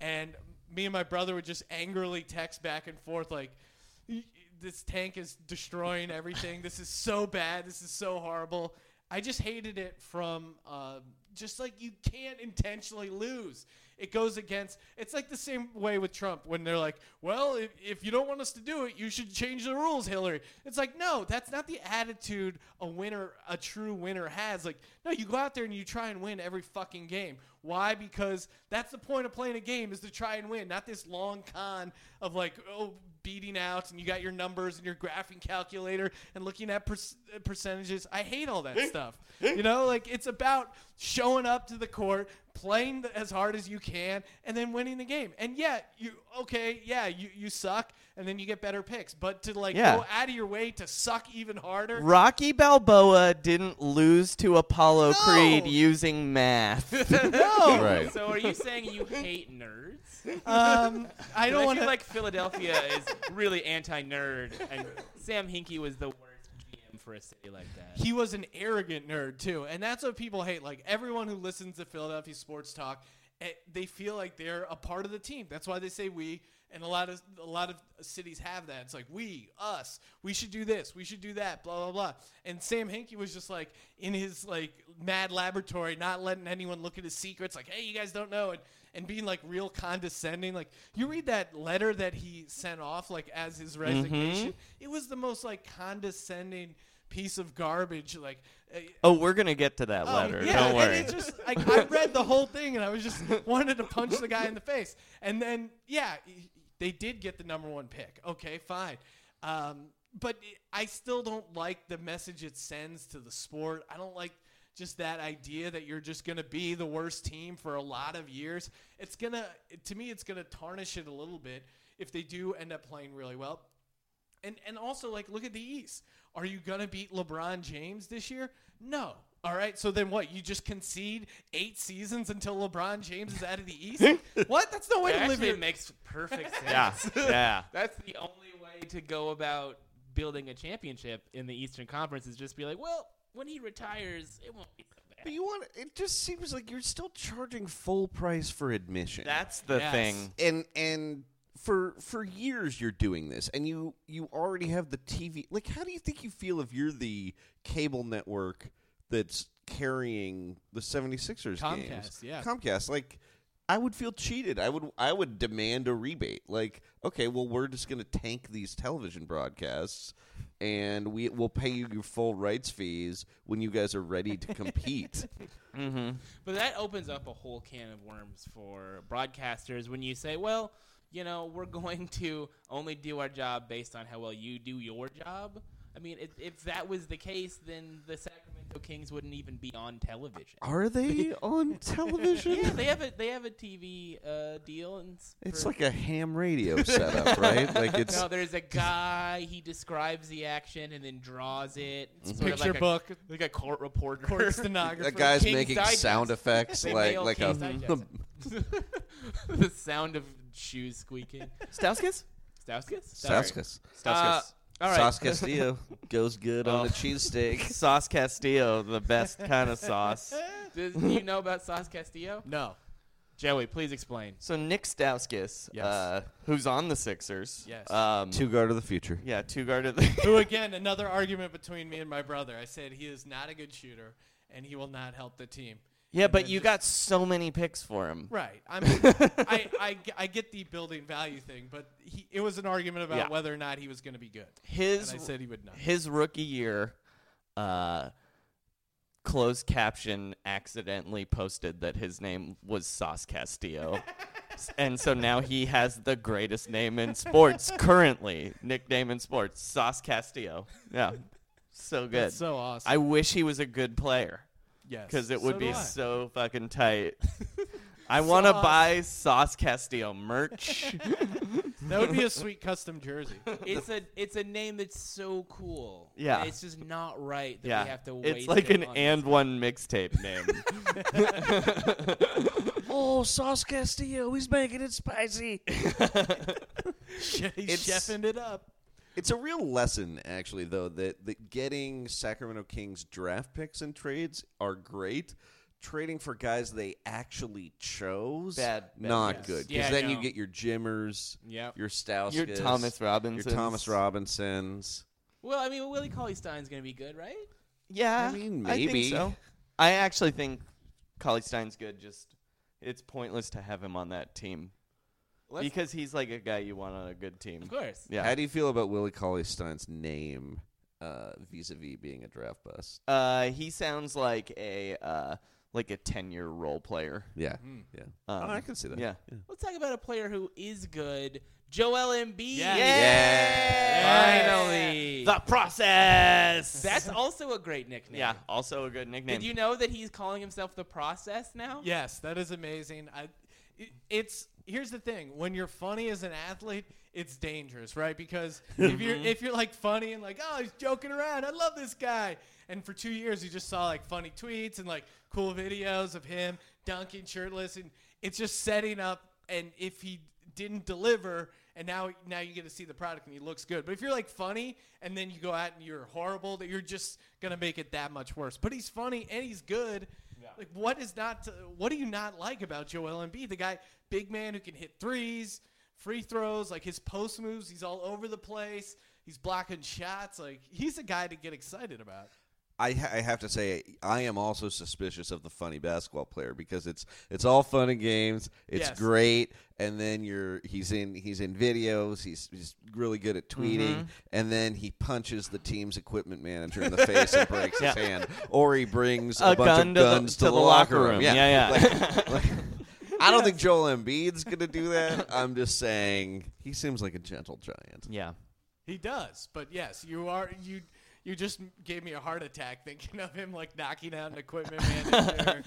D: And me and my brother would just angrily text back and forth, like, y- this tank is destroying everything. this is so bad. This is so horrible. I just hated it from uh, just like you can't intentionally lose. It goes against. It's like the same way with Trump when they're like, "Well, if, if you don't want us to do it, you should change the rules, Hillary." It's like, no, that's not the attitude a winner, a true winner, has. Like, no, you go out there and you try and win every fucking game. Why? Because that's the point of playing a game is to try and win, not this long con of like, oh, beating out and you got your numbers and your graphing calculator and looking at per- percentages. I hate all that stuff. You know, like it's about showing up to the court, playing the, as hard as you can, and then winning the game. And yeah, you okay? Yeah, you you suck, and then you get better picks. But to like
F: Yeah.
D: go out of your way to suck even harder.
F: Rocky Balboa didn't lose to Apollo Creed
D: No.
F: using math.
D: No,
C: Right.
B: So are you saying you hate nerds?
D: um, I
B: I
D: don't want
B: feel
D: to
B: like Philadelphia is really anti-nerd, and Sam Hinkie was the worst GM him for a city like that.
D: he was an arrogant nerd too, and that's what people hate. Like everyone who listens to Philadelphia sports talk, eh, they feel like they're a part of the team. That's why they say we. And a lot of a lot of cities have that. It's like we, us, we should do this, we should do that, blah blah blah. And Sam Hinkie was just like in his like mad laboratory, not letting anyone look at his secrets. Like, hey, you guys don't know, and and being like real condescending. Like you read that letter that he sent off, like as his resignation. It was the most like condescending piece of garbage. Like, uh,
F: Oh, we're gonna get to that letter.
D: Oh, yeah,
F: Don't worry.
D: And it just like I read the whole thing, and I was just wanted to punch the guy in the face. And then yeah, he- they did get the number one pick. Okay, fine. Um, but I still don't like the message it sends to the sport. I don't like just that idea that you're just going to be the worst team for a lot of years. It's going to to me it's going to tarnish it a little bit if they do end up playing really well. And and also like look at the East. Are you gonna beat LeBron James this year? No. All right. So then what? You just concede eight seasons until LeBron James is out of the East? what? That's no way to live
B: Actually,
D: your
B: it makes perfect sense.
F: yeah.
B: That's the only way to go about building a championship in the Eastern Conference is just be like, well, when he retires, it won't be so bad.
C: But you want it just seems like you're still charging full price for admission.
F: That's the
D: Yes.
F: thing.
C: and and for for years you're doing this and you you already have the TV like how do you think you feel if you're the cable network that's carrying the 76ers games
D: Comcast, yeah.
C: Comcast like I would feel cheated I would I would demand a rebate like okay well we're just going to tank these television broadcasts and we will pay you your full rights fees when you guys are ready to compete
B: But that opens up a whole can of worms for broadcasters when you say, well, you know, we're going to only do our job based on how well you do your job. I mean, if, if that was the case, then the Sacramento Kings wouldn't even be on television.
C: are they on television
B: Yeah, they have a they have a TV uh, deal, and s-
C: It's
B: for-
C: like a ham radio setup, right? Like it's
B: No, there's a guy. He describes the action and then draws it. It's sort of
D: Mm-hmm. picture
B: like a-
D: book,
B: like a court reporter.
D: court stenographer.
C: that guy's
B: King's
C: making
B: Digest.
C: sound effects
B: They
C: like
B: mail
C: like a
B: King's Digest. the sound of shoes squeaking.
F: Stauskas?
B: Stauskas.
C: Sauskas.
B: Uh, all right.
C: Sauce Castillo goes good on
F: Oh.
C: a cheesesteak.
F: Sauce Castillo, the best kind of sauce.
B: Does- Do you know about Sauce Castillo?
D: no.
B: Joey, please explain.
F: So Nick Stauskas, uh, who's on the Sixers.
D: Yes.
F: Um,
C: Two guard of the future.
F: Yeah, two guard of the.
D: Who again? Another argument between me and my brother. I said he is not a good shooter, and he will not help the team.
F: yeah, but
D: then
F: you
D: just-
F: got so many picks for him.
D: Right. I mean, I, I, I get the building value thing, but he, it was an argument about
F: Yeah.
D: whether or not he was going to be good.
F: His
D: And I said he would not.
F: His rookie year, uh, closed caption accidentally posted that his name was Sauce Castillo. S- and so now he has the greatest name in sports currently, nickname in sports, Sauce Castillo. Yeah. So good.
D: That's so awesome.
F: I wish he was a good player
D: Yes.
F: because it would
D: So
F: be
D: do I.
F: so fucking tight. I want to
D: Sauce.
F: buy Sauce Castillo merch.
D: That would be a sweet custom jersey.
B: It's a it's a name that's so cool.
F: Yeah.
B: And it's just not right that
F: yeah.
B: we have to. Waste
F: it's like
B: it
F: an
B: on
F: and one mixtape name.
C: Oh, Sauce Castillo, he's making it spicy.
D: He's
C: It's-
D: chefing it up.
C: It's a real lesson, actually, though, that, that getting Sacramento Kings draft picks and trades are great. Trading for guys they actually chose,
F: Bad- bad
C: not
F: picks.
C: good. Because
B: Yeah,
C: then you
B: no.
C: get your Jimmers,
B: Yep.
C: your Stauskas,
F: Your Thomas Robinsons.
C: your Thomas Robinsons.
B: Well, I mean, Willie Cauley Stein's gonna be good, right?
F: Yeah,
C: I mean,
F: I think
C: maybe.
F: so. I actually think Collie Stein's good. Just it's pointless to have him on that team
B: Let's-
F: because he's like a guy you want on a good team.
B: Of course.
F: Yeah.
C: How do you feel about Willie Cauley Stein's name vis a vis being a draft bust?
F: Uh, he sounds like a uh, like a ten year role player.
C: Yeah.
B: Hmm.
C: Yeah.
F: Um,
C: oh, I can see that.
F: Yeah.
B: Let's talk about a player who is good, Joel Embiid.
D: Yeah.
B: Finally.
F: The process.
B: That's also a great nickname.
F: yeah. Also a good nickname.
B: Did you know that he's calling himself the process now?
D: Yes, that is amazing. I, it- it's here's the thing: when you're funny as an athlete, it's dangerous, right? Because if you're if you're like funny and like, oh, he's joking around, I love this guy, and for two years you just saw like funny tweets and like cool videos of him dunking shirtless, and it's just setting up. And if he didn't deliver, and now now you get to see the product and he looks good. But if you're like funny and then you go out and you're horrible, that you're just gonna make it that much worse. But he's funny and he's good. Like what is not to, what do you not like about Joel Embiid? The guy, big man who can hit threes, free throws, like his post moves, he's all over the place. He's blocking shots. Like he's a guy to get excited about.
C: I, ha- I have to say I am also suspicious of the funny basketball player because it's it's all fun and games. It's
D: Yes.
C: great, and then you're he's in he's in videos. He's he's really good at tweeting,
F: Mm-hmm.
C: and then he punches the team's equipment manager in the face and breaks his hand, or he brings a,
F: A
C: bunch
F: gun
C: of
F: to the-
C: guns
F: to the
C: locker
F: locker room. Yeah, yeah.
C: Like- like- I don't think Joel Embiid's gonna do that. I'm just saying he seems like a gentle giant.
F: Yeah.
D: He does, but yes, you are you. You just gave me a heart attack thinking of him like knocking out an equipment manager.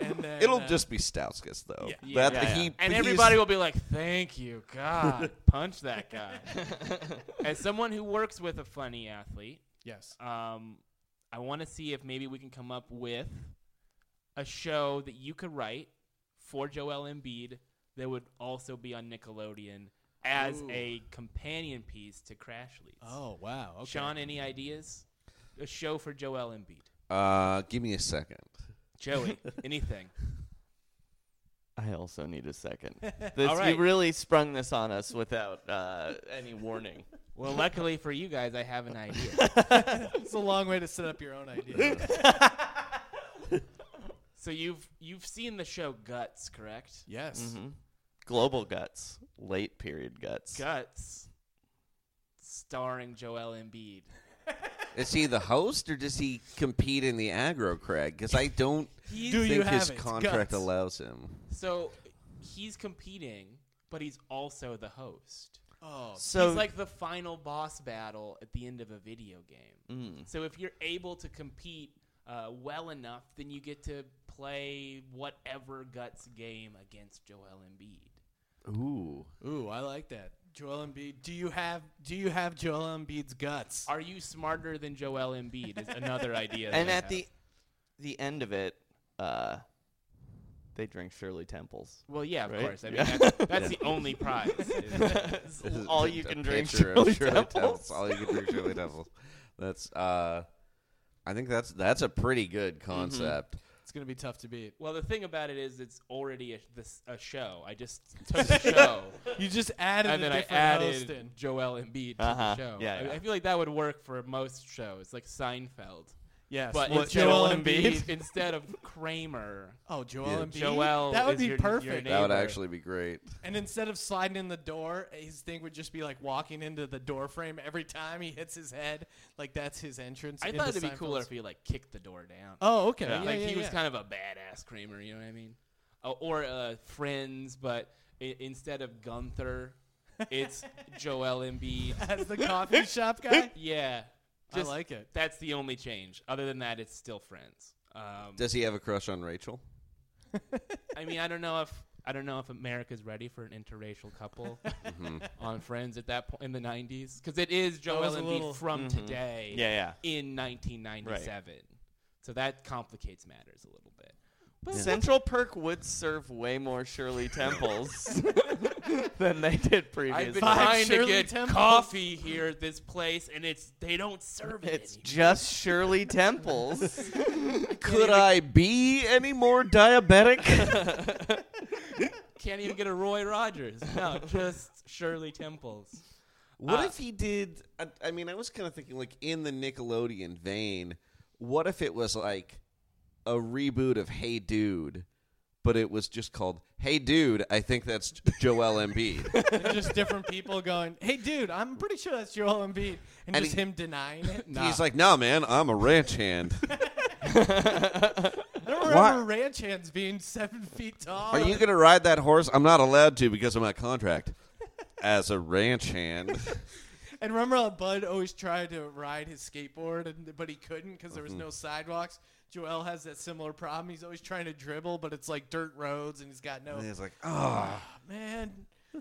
D: and then,
C: It'll
D: uh,
C: just be Stauskas though.
D: Yeah.
C: That-
F: Yeah, yeah.
C: he-
B: And
C: he's-
B: everybody will be like, "Thank you, God, punch that guy." As someone who works with a funny athlete,
D: yes.
B: um, I want to see if maybe we can come up with a show that you could write for Joel Embiid that would also be on Nickelodeon as
D: Ooh.
B: a companion piece to Crash Leads.
D: Oh wow. Okay.
B: Sean, any ideas? A show for Joel Embiid.
C: Uh, give me a second.
B: Joey, anything?
F: I also need a second. This,
B: All right.
F: You really sprung this on us without uh, any warning.
B: Well, luckily for you guys, I have an idea.
D: it's a long way to set up your own idea.
B: So you've you've seen the show Guts, correct?
D: yes.
F: Global guts, late period guts.
B: Guts, starring Joel Embiid.
C: Is he the host or does he compete in the aggro crag? Because I don't
B: He's,
D: Do you
C: think his
D: have it?
C: contract
D: Guts.
C: allows him.
B: so he's competing, but he's also the host.
D: Oh.
F: So
B: he's like the final boss battle at the end of a video game.
D: Mm.
B: So if you're able to compete uh, well enough, then you get to play whatever Guts game against Joel Embiid.
C: Ooh.
D: Ooh, I like that. Joel Embiid. Do you have Do you have Joel Embiid's guts?
B: Are you smarter than Joel Embiid? Is another idea. that
F: and
B: I
F: at
B: have.
F: the the end of it, uh, they drink Shirley Temples.
B: Well, yeah, of
F: Right?
B: course. I mean,
F: Yeah.
B: that's, that's the only prize. is-
F: all you can drink Shirley, Temples.
C: All you can drink Shirley Temples. That's uh, I think that's that's a pretty good
D: Mm-hmm.
C: concept.
D: It's gonna be tough to beat.
B: Well, the thing about it is, it's already a, this, a show. I just took the show
D: You just added
B: and
D: a
B: then I
D: different host
B: added
D: in.
B: Joel Embiid to
F: Uh-huh.
B: the show.
F: Yeah,
B: I,
F: yeah.
B: I feel like that would work for most shows, like Seinfeld.
D: Yes.
B: But
D: with
B: instead
D: Joel
B: of
D: Embiid.
B: instead of Kramer,
D: Oh, Joel
C: Yeah.
D: Embiid.
B: Joel
D: That would
B: is
D: be
B: your- your name.
D: perfect.
C: That would
B: Neighbor.
C: actually be great.
D: And instead of sliding in the door, his thing would just be like walking into the door frame every time he hits his head. Like that's his entrance.
B: I
D: into
B: thought it'd be cooler
D: Seinfeld's-
B: if he like kicked the door down.
D: Oh, okay. Yeah,
B: like
D: yeah,
B: he was
D: yeah.
B: kind of a badass Kramer, you know what I mean? Uh, or uh, Friends, but I- instead of Gunther, it's Joel Embiid.
D: as the coffee shop guy.
B: Yeah,
D: I like it.
B: That's the only change. Other than that, it's still Friends. Um,
C: Does he have a crush on Rachel?
B: I mean, I don't know if I don't know if America's ready for an interracial couple on Friends at that point in the '90s because it is Joel
D: Mm-hmm. was a
B: Embiid
D: little- Mm-hmm.
B: from today.
F: Yeah, yeah.
B: in 1997. So that complicates matters a little bit.
F: Central Perk would serve way more Shirley Temples than they did previously.
B: I've been
D: Five
B: trying to
D: Shirley
B: get
D: Temples.
B: coffee here at this place, and it's they don't serve it.
F: It's
B: anymore.
F: just Shirley Temples.
C: Could I be any more diabetic?
B: Can't even get a Roy Rogers. No, just Shirley Temples.
C: What
B: Uh,
C: if he did? I, I mean, I was kind of thinking, like, in the Nickelodeon vein, what if it was like a reboot of Hey Dude, but it was just called Hey Dude? I think that's Joel Embiid.
D: And just different people going, "Hey, dude, I'm pretty sure that's Joel Embiid," and,
C: And
D: just
C: he-
D: him denying it. Nah.
C: He's like, nah, man, I'm a ranch hand.
D: I don't
C: "Why-
D: remember ranch hands being seven feet tall.
C: Are you going to ride that horse? I'm not allowed to because of my contract as a ranch hand.
D: and remember how Bud always tried to ride his skateboard, and, but he couldn't because there was
B: Mm-hmm.
D: no sidewalks. Joel has that similar problem. He's always trying to dribble, but it's like dirt roads, and he's got no.
C: And he's like, oh,
D: Man,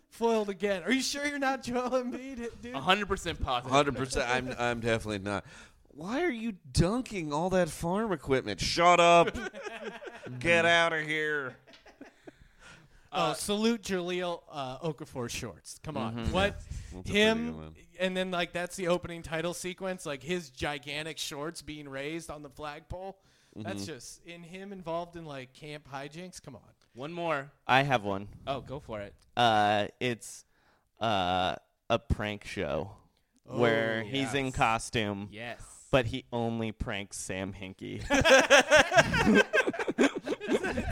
D: foiled again. Are you sure you're not Joel Embiid, dude?
B: 100% positive.
C: 100%. I'm, I'm definitely not. Why are you dunking all that farm equipment? Shut up. Get out of here.
B: uh,
D: Oh, salute Jaleel uh, Okafor shorts. Come on,
B: Mm-hmm.
D: what
C: That's a pretty good
D: him?
C: one.
D: And then like that's the opening title sequence, like his gigantic shorts being raised on the flagpole.
C: Mm-hmm.
D: That's just in him involved in like camp hijinks. Come on,
B: One more.
F: I have one.
B: Oh, go for it.
F: Uh, it's uh, a prank show where he's in costume,
B: Yes.
F: but he only pranks Sam Hinkie.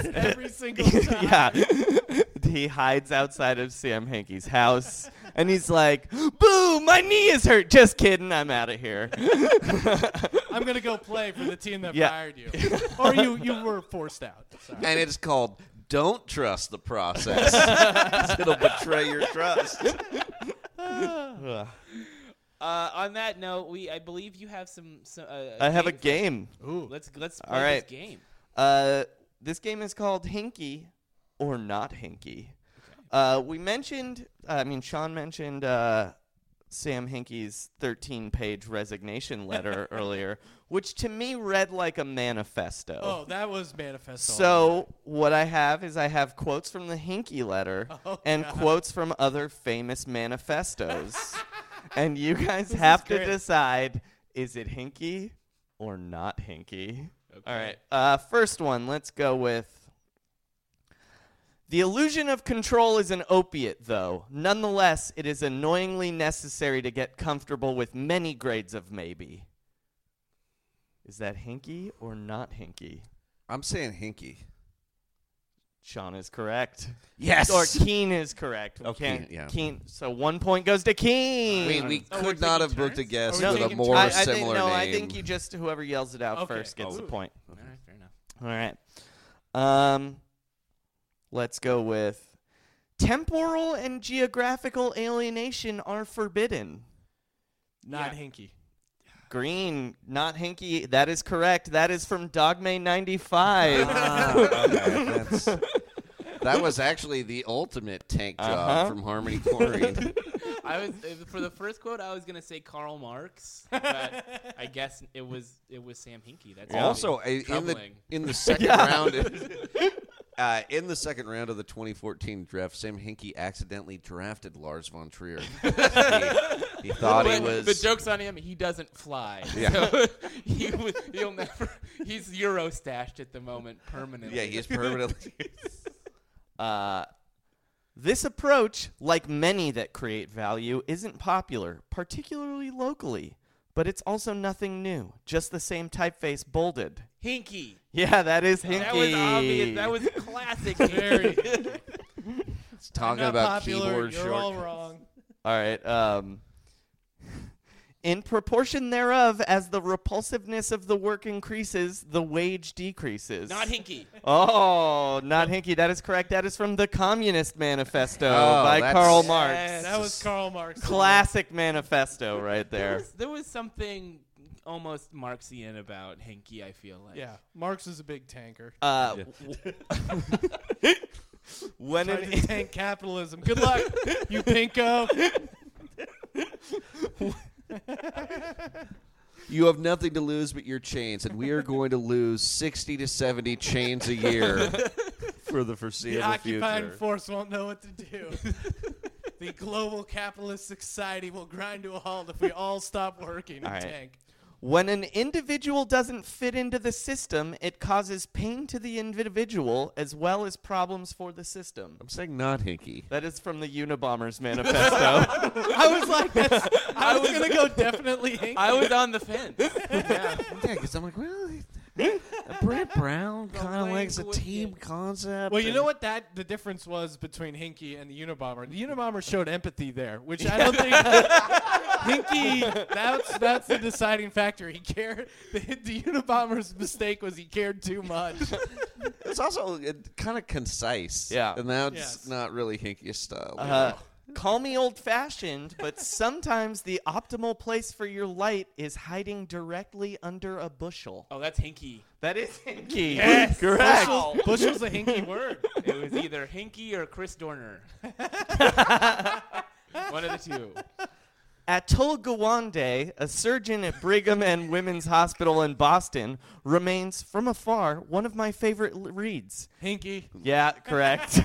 D: every single time.
F: yeah. he hides outside of Sam Hinkie's house and he's like, Boo, my knee is hurt. Just kidding, I'm out of here.
D: I'm gonna go play for the team that
F: Yeah.
D: fired you, or you you were forced out. Sorry.
C: and it's called "Don't Trust the Process." 'Cause It'll betray your trust.
F: Ugh.
B: Uh, on that note, we I believe you have some. some uh,
F: I have a
B: for-
F: game.
B: Let's let's play
F: All right.
B: this game.
F: Uh, this game is called Hinky or Not Hinky. Uh, we mentioned, I mean, Sean mentioned uh, Sam Hinkie's 13 page resignation letter earlier, which to me read like a manifesto.
D: Oh, that was manifesto.
F: So what I have is I have quotes from the Hinky letter and quotes from other famous manifestos, and you guys have to decide: is it Hinky or not Hinky? All right. Uh, first one. Let's go with. The illusion of control is an opiate, though. Nonetheless, it is annoyingly necessary to get comfortable with many grades of maybe. Is that hinky or not hinky?
C: I'm saying hinky.
F: Sean is correct.
C: Yes.
F: Or Keen is correct. We
C: Oh,
F: can't,
C: Keen, yeah.
F: Keen. So one point goes to Keen.
C: I mean, we could not have booked a guest
F: No,
C: with a
F: taking
C: more
F: I, I
C: similar
F: think, no,
C: name.
F: I think you just whoever yells it out
D: Okay.
F: first gets the point.
B: All right, fair enough.
F: All right. Um, let's go with temporal and geographical alienation are forbidden.
D: not hinky.
F: Green, not hinky. That is correct. That is from Dogme 95.
C: Okay, that's- that was actually the ultimate tank job
F: Uh-huh.
C: from Harmony Corey.
B: I was uh, for the first quote. I was gonna say Karl Marx, but I guess it was it was Sam Hinkie. That's
C: also, I-
B: really
C: in the
B: troubling.
C: in the second round, uh, in the second round of the 2014 draft, Sam Hinkie accidentally drafted Lars von Trier. he, he thought he
B: But
C: was
B: the joke's on him. He doesn't fly.
C: Yeah.
B: So he was, he'll never. He's Euro stashed at the moment permanently.
C: Yeah, he's permanently.
F: Uh, this approach, like many that create value, isn't popular, particularly locally, but it's also nothing new. Just the same typeface bolded.
B: Hinkie.
F: Yeah, that is hinky.
B: That was obvious. That was classic. Very.
C: It's talking
D: not
C: about
D: popular.
C: keyboard
D: You're
C: short.
D: all wrong.
F: All right. Um, in proportion thereof, as the repulsiveness of the work increases, the wage decreases.
B: Not Hinkie.
F: Oh, not hinky. That is correct. That is from the Communist Manifesto
C: Oh,
F: by
C: that's-
F: Karl Marx.
D: That was Karl Marx.
F: Classic manifesto right
B: There
F: there.
B: was, there was something almost Marxian about Hinkie. I feel like.
D: Yeah, Marx is a big tanker.
F: Uh, w- when
D: Tried
F: an
D: to tank capitalism. Good luck, you pinko.
C: You have nothing to lose but your chains, and we are going to lose 60 to 70 chains a year for the
D: The
C: foreseeable
D: occupying
C: future.
D: force won't know what to do. the global capitalist society will grind to a halt if we all stop working and
F: All right.
D: tank.
F: when an individual doesn't fit into the system, it causes pain to the individual as well as problems for the system.
C: I'm saying not hinky.
F: That is from the Unabomber's manifesto.
D: I was like, that's, I was gonna go definitely. Hinky.
B: I was on the fence.
C: Yeah, because I'm like, well, Brett Brown kind of
B: Wayne
C: likes a
B: Gretzky.
C: team concept.
D: Well, you
C: and-
D: know what that the difference was between Hinky and the Unabomber. The Unabomber showed empathy there, which I don't think Hinky. That's that's the deciding factor. He cared. The, the Unabomber's mistake was he cared too much.
C: It's also kind of concise.
F: Yeah.
C: And that's
D: Yes.
C: not really hinky Oh, style.
F: Uh, call me old fashioned, but sometimes the optimal place for your light is hiding directly under a bushel.
B: Oh, that's Hinkie.
F: That is hinky. Yes, correct.
D: Bushel's, bushel's a Hinky word.
B: It was either Hinky or Chris Dorner. One of the two.
F: Atul Gawande, a surgeon at Brigham and Women's Hospital in Boston, remains from afar one of my favorite l- reads.
D: Hinky.
F: Yeah, correct.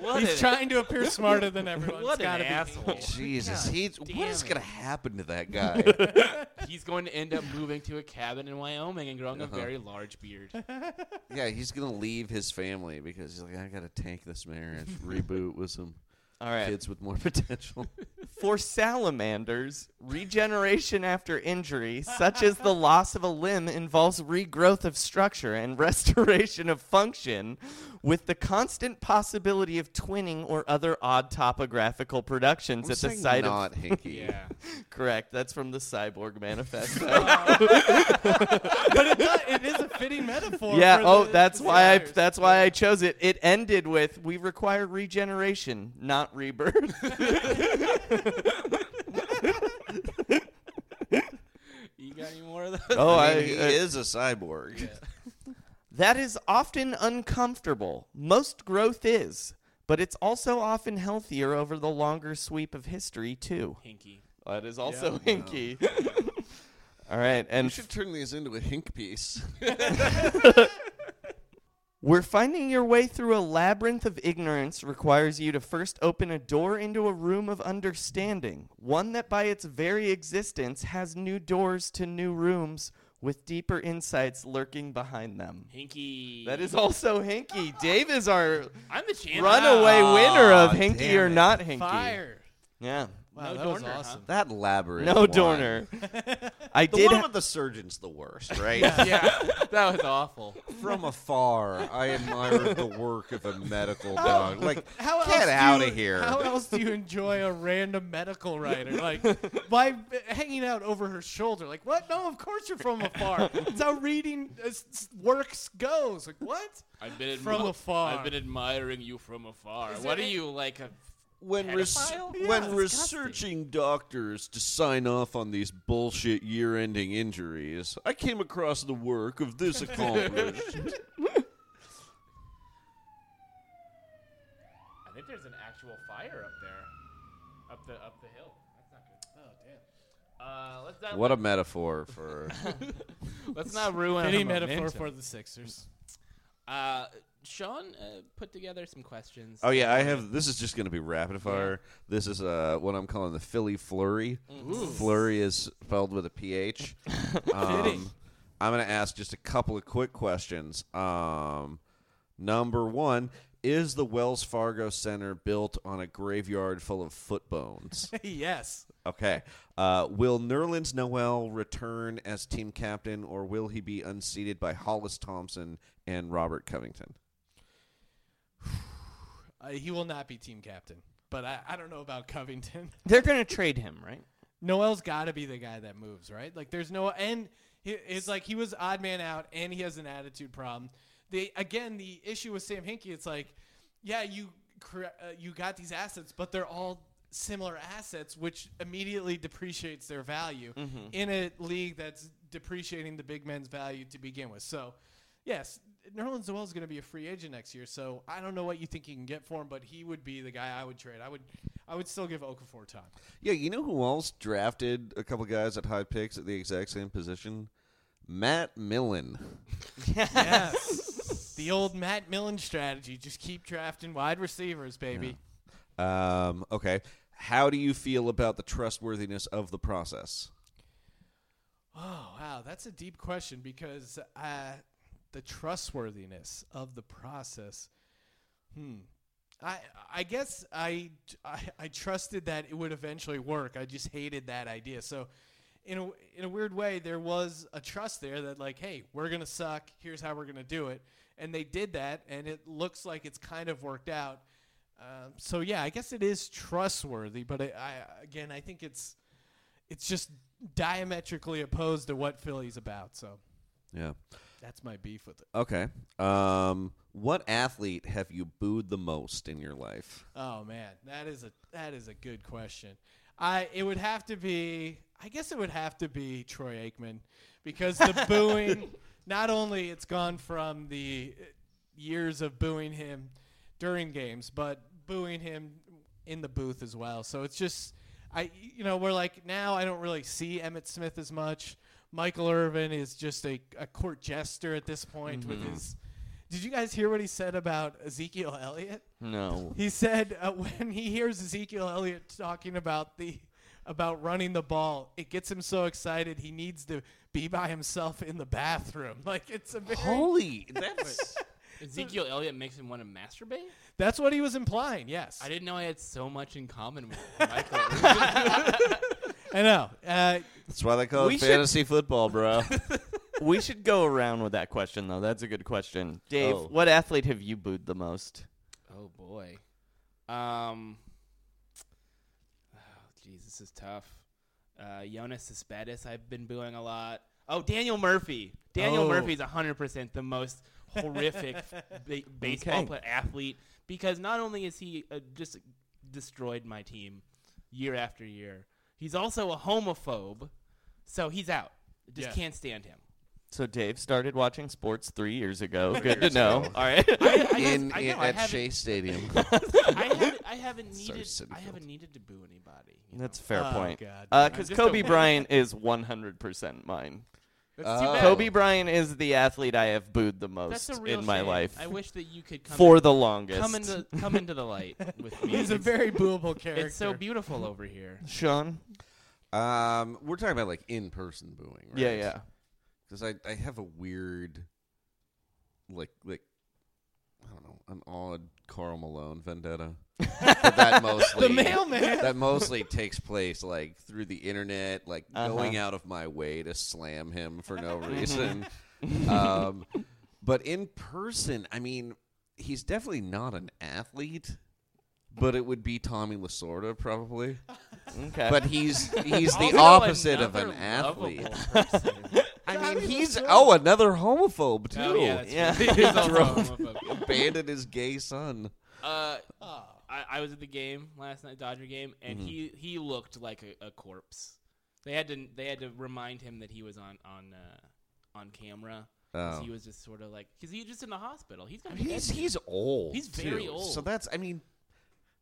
B: What
D: He's
B: an-
D: trying to appear smarter than everyone.
B: What
D: It's
B: an
D: gotta be
B: asshole!
C: Jesus, he's what
B: damn
C: is
B: it.
C: going to happen to that guy?
B: He's going to end up moving to a cabin in Wyoming and growing
C: Uh-huh.
B: a very large beard.
C: yeah, he's going to leave his family because he's like, I got to tank this marriage, reboot with some
F: All right.
C: kids with more potential.
F: For salamanders, regeneration after injury, such as the loss of a limb, involves regrowth of structure and restoration of function, with the constant possibility of twinning or other odd topographical productions
C: I'm
F: at the
C: saying
F: site of
C: not hinky.
B: Yeah,
F: Correct. That's from the Cyborg Manifesto.
D: But it is a fitting metaphor.
F: yeah.
D: for
F: Oh,
D: the
F: that's why I.
D: desires.
F: That's why I chose it. It ended with "We require regeneration, not rebirth."
B: you got any more of those?
F: oh,
C: I
F: I.
C: mean, he
F: I-
C: is a cyborg.
F: that is often uncomfortable. Most growth is, but it's also often healthier over the longer sweep of history too.
B: Hinky.
F: That is also hinky. All right,
C: We
F: and
C: should turn these into a hink piece.
F: Where finding your way through a labyrinth of ignorance requires you to first open a door into a room of understanding, one that by its very existence has new doors to new rooms with deeper insights lurking behind them.
B: Hinky.
F: That is also Hinky. Dave is our
B: I'm the champion.
F: runaway winner of Hinky
C: damn
F: or
C: it.
F: not Hinky.
D: Fire.
F: Yeah.
D: Wow,
B: No
D: that was
B: Dorner, huh?
D: awesome.
C: That labyrinth.
F: No
C: one.
F: Dorner. I
C: The
F: did
C: one
F: ha-
C: with the surgeon's the worst, right?
B: yeah, that was awful.
C: From afar, I admired the work of a medical dog. Like,
D: Oh. How else
C: get
D: do
C: out
D: you-
C: of here.
D: How else do you enjoy a random medical writer? Like, by hanging out over her shoulder. Like, what? No, of course you're from afar. It's how reading uh, s- s- works goes. Like, what?
B: I've been
D: From
B: admi-
D: afar.
B: I've been admiring you from afar.
D: Is
B: what
D: there
B: are
D: a-
B: you like? A,
C: when res-
B: Pedophile?
D: Yeah,
C: when
D: disgusting.
C: researching doctors to sign off on these bullshit year-ending injuries, I came across the work of this accomplished.
B: I think there's an actual fire up there, up the up the hill. That's not good. Oh damn. Uh, let's not
C: what a metaphor for
B: let's not ruin
D: Any
B: our
D: metaphor
B: momentum.
D: for the Sixers.
B: Uh, Sean uh, put together some questions.
C: Oh yeah, I have. This is just going to be rapid fire. This is uh, what I'm calling the Philly Flurry. Flurry is spelled with a ph. um, I'm going to ask just a couple of quick questions. Um, number one: Is the Wells Fargo Center built on a graveyard full of foot bones?
D: yes.
C: okay. Uh, will Nerlens Noel return as team captain, or will he be unseated by Hollis Thompson and Robert Covington?
D: Uh, he will not be team captain. But I, I don't know about Covington.
F: They're going to trade him, right?
D: Noel's got to be the guy that moves, right? Like there's no and he, it's like he was odd man out and he has an attitude problem. The again the issue with Sam Hinkie, it's like yeah, you cre- uh, you got these assets, but they're all similar assets which immediately depreciates their value in a league that's depreciating the big men's value to begin with. So, yes, Nerlens Noel is going to be a free agent next year, so I don't know what you think you can get for him, but he would be the guy I would trade. I would I would still give Okafor time.
C: Yeah, you know who else drafted a couple guys at high picks at the exact same position? Matt Millen.
D: Yes. the old Matt Millen strategy. Just keep drafting wide receivers, baby.
C: Um, okay. How do you feel about the trustworthiness of the process?
D: Oh, wow. That's a deep question because uh, the trustworthiness of the process. Hmm. I, I guess I, I, I trusted that it would eventually work. I just hated that idea. So, in a, in a weird way, there was a trust there that, like, hey, we're going to suck. Here's how we're going to do it. And they did that, and it looks like it's kind of worked out. Um, so yeah, I guess it is trustworthy, but I, I again, I think it's it's just diametrically opposed to what Philly's about. So
C: Yeah.
D: that's my beef with it.
C: Okay. Um, what athlete have you booed the most in your life?
D: Oh man, that is a that is a good question. I it would have to be I guess it would have to be Troy Aikman because the booing not only it's gone from the uh, years of booing him during games, but booing him in the booth as well. So it's just I you know we're like now I don't really see Emmett Smith as much. Michael Irvin is just a, a court jester at this point with his. Did you guys hear what he said about Ezekiel Elliott?
F: No.
D: He said uh, when he hears Ezekiel Elliott talking about the about running the ball, it gets him so excited he needs to be by himself in the bathroom. Like it's a very,
C: Holy, that's
B: Ezekiel Elliott makes him want to masturbate.
D: that's what he was implying. Yes,
B: I
D: I,
B: didn't know I had so much in common with Michael.
D: know. Uh,
C: that's why they call
F: We
C: it
F: should-
C: fantasy football, bro.
F: we should go around with that question though. That's a good question. Dave,
C: Oh.
F: what athlete have you booed the most?
B: oh boy. Um. Oh, jeez, this is tough. Uh, Jonas Suspedis, I've been booing a lot. Oh, Daniel Murphy. Daniel
D: Oh.
B: Murphy's Murphy is 100% the most horrific ba- baseball
F: Okay.
B: player, athlete because not only is he uh, just destroyed my team year after year, he's also a homophobe. So he's out. Just
D: Yeah.
B: can't stand him.
F: So Dave started watching sports three years ago. Good to know. All right.
B: I guess-
C: in,
B: I
C: in-
B: know, I
C: at
B: haven't-
C: Shea Stadium.
B: I haven't, I haven't
C: Sorry,
B: needed. I
C: Sinfield.
B: haven't needed to boo anybody. you know?
F: That's a fair
D: Oh,
F: point.
D: God. I'm
F: Because
B: just a-
F: Kobe Bryant is 100% mine.
B: That's too
C: Oh.
B: bad.
F: Kobe Bryant is the athlete I have booed the most
B: That's a real
F: in my
B: shame.
F: life
B: I wish that you could come
F: for
B: in-
F: the longest.
B: come into come into the light with me.
D: he's a
B: It's-
D: very booable character.
B: It's so beautiful over here.
F: Sean?
C: Um, we're talking about like in person booing, right?
F: Yeah, yeah.
C: Because I, I have a weird, like like, I don't know, an odd Carl Malone vendetta. but that mostly
D: The mailman.
C: That mostly takes place like through the internet, like
F: Uh-huh.
C: going out of my way to slam him for no
D: Mm-hmm.
C: reason. um, but in person, I mean, he's definitely not an athlete. But it would be Tommy Lasorda probably.
F: Okay.
C: But he's he's the
B: Also
C: opposite of an
B: another
C: athlete.
B: lovable person.
C: I mean, he's oh another homophobe too.
B: oh yeah, that's
F: Yeah.
B: Right. He's also homophobic.
C: Abandoned his gay son.
B: Uh, I, I was at the game last night, Dodger game, and he he looked like a, a corpse. They had to they had to remind him that he was on on uh, on camera. 'cause
C: Oh.
B: He was just sort of like because he's just in the hospital. He's got
C: He's he's old.
B: He's very
C: too.
B: old.
C: So that's I mean,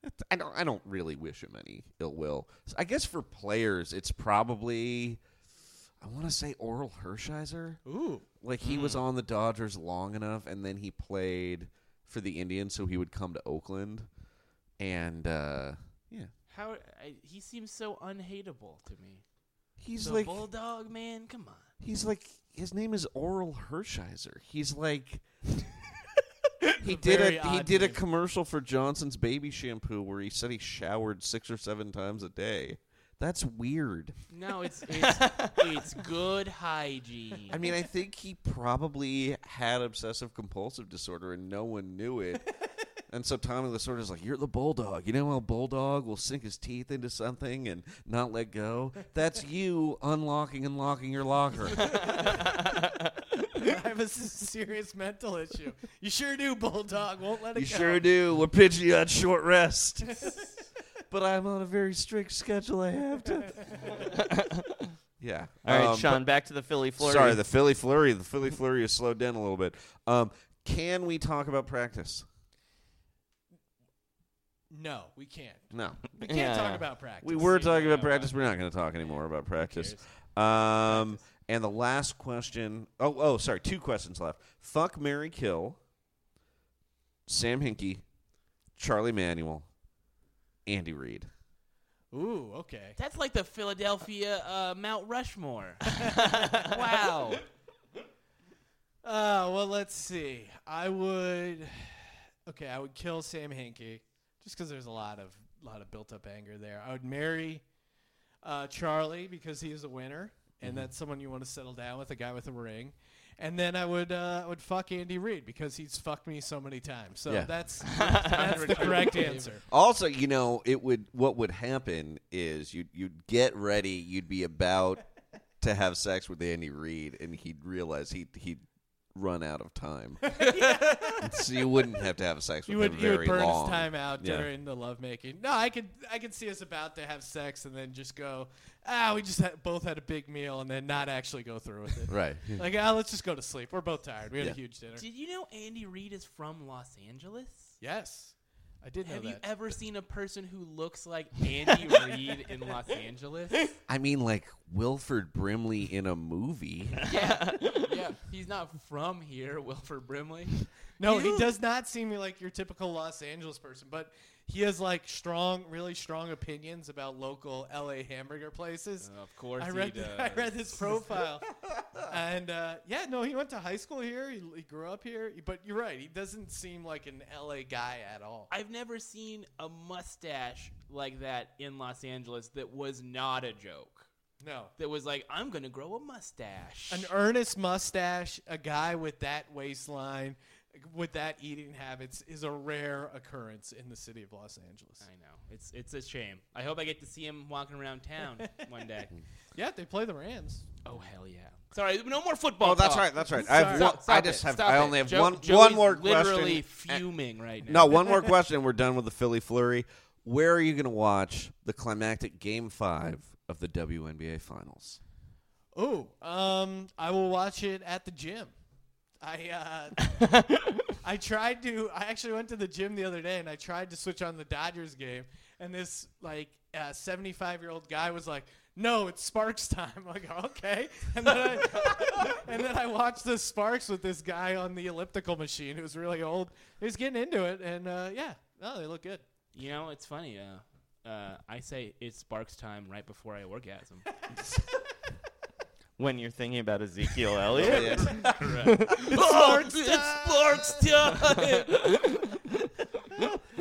C: that's- I don't I don't really wish him any ill will. So I guess for players, it's probably I want to say Oral Hershiser.
D: Ooh.
C: Like he
B: Hmm.
C: was on the Dodgers long enough, and then he played for the Indians, so he would come to Oakland, and uh, yeah,
B: how I, he seems so unhateable to me.
C: he's
B: The
C: like
B: bulldog man, come on.
C: He's like his name is Oral Hershiser. He's like he did
D: very
C: a he
D: odd
C: did a
D: name.
C: commercial for Johnson's baby shampoo where he said he showered six or seven times a day. That's weird.
B: No, it's it's, it's good hygiene.
C: I mean, I think he probably had obsessive compulsive disorder and no one knew it. And so Tommy Lasorda's like, "You're the bulldog. You know how a bulldog will sink his teeth into something and not let go. That's you unlocking and locking your locker."
D: I have a s- serious mental issue. You sure do, Bulldog. Won't let it
C: You
D: go.
C: sure do. We're pitching you on short rest. but I'm on a very strict schedule. I have to. yeah.
F: All right,
C: Um,
F: Sean, back to the Philly
C: but-
F: Flurry.
C: Sorry, the Philly Flurry. The Philly Flurry has slowed down a little bit. Um, can we talk about practice?
D: No, we can't.
C: No.
D: We can't
F: Yeah.
D: talk about practice.
C: We were talking about practice. We're not going to talk anymore about practice. Um, and the last question. Oh, oh, sorry. Two questions left. Fuck Mary Kill. Sam Hinkie, Charlie Manuel, Andy Reid.
D: Ooh, okay.
B: That's like the Philadelphia uh, Mount Rushmore. wow.
D: Uh, well, let's see. I would. Okay, I would kill Sam Hinkie just because there's a lot of lot of built up anger there. I would marry uh, Charlie because he is a winner, and that's someone you want to settle down with, a guy with a ring. And then I would uh, I would fuck Andy Reid because he's fucked me so many times. So
C: Yeah.
D: that's that's the correct answer.
C: Also, you know, it would what would happen is you'd you'd get ready, you'd be about to have sex with Andy Reid, and he'd realize he he'd run out of time. so you wouldn't have to have sex with
D: You would
C: him
D: you
C: very
D: would burn
C: long.
D: his time out
C: Yeah.
D: during the lovemaking. No, I could I could see us about to have sex and then just go. Ah, we just had, both had a big meal and then not actually go through with it.
C: Right.
D: Like, ah, let's just go to sleep. We're both tired. We had
C: Yeah.
D: a huge dinner.
B: Did you know Andy Reid is from Los Angeles?
D: Yes. I did know
B: Have you
D: that.
B: ever seen a person who looks like Andy Reid in Los Angeles?
C: I mean, like Wilford Brimley in a movie.
B: Yeah, yeah. He's not from here, Wilford Brimley.
D: No,
B: You-
D: he does not seem like your typical Los Angeles person, but he has like strong, really strong opinions about local LA hamburger places.
B: Of course,
D: I
B: he
D: read,
B: does.
D: I read his profile, and uh, yeah, no, he went to high school here. He, he grew up here, but you're right, he doesn't seem like an LA guy at all.
B: I've never seen a mustache like that in Los Angeles that was not a joke.
D: No,
B: That was like, I'm gonna grow a mustache.
D: an earnest mustache, a guy with that waistline, with that eating habits, is a rare occurrence in the city of Los Angeles.
B: I know it's it's a shame. I hope I get to see him walking around town one day.
D: Yeah, they play the Rams.
B: Oh hell yeah! Sorry, no more football.
C: Oh, that's
B: talk.
C: right. That's right. I have
B: Stop-
C: one,
B: stop
C: I just
B: it,
C: have.
B: stop
C: I
B: it.
C: only have
B: Joe-
C: one.
B: Joey's
C: one more
B: literally
C: question.
B: fuming right now.
C: No, one more question. and We're done with the Philly flurry. Where are you going to watch the climactic Game Five of the WNBA Finals?
D: Oh, um, I will watch it at the gym. I uh, I tried to. I actually went to the gym the other day and I tried to switch on the Dodgers game, and this like uh, 75 year old guy was like. No, it's Sparks time. I'm like, okay. And then, I, and then I watched the Sparks with this guy on the elliptical machine who was really old. He was getting into it, and uh, yeah, no, they look good.
B: You know, it's funny. Uh, uh, I say it sparks time right before I orgasm.
F: When you're thinking about
B: Oh,
F: Ezekiel Elliott,
B: sparks time.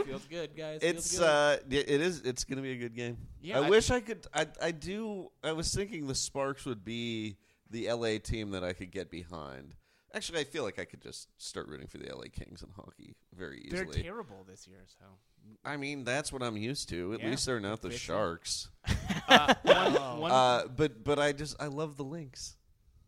B: Feels good, guys. Feels
C: It's
B: good.
C: uh, y- it is. It's going to be a good game.
B: Yeah,
C: I,
B: I-
C: wish I could. I I do. I was thinking the Sparks would be the LA team that I could get behind. Actually, I feel like I could just start rooting for the LA Kings in hockey very
B: they're
C: easily.
B: terrible this year. So
C: I mean, that's what I'm used to. At
B: Yeah.
C: least they're not the
B: Conviction.
C: Sharks.
B: one, one,
C: Uh, but but I just I love the Lynx.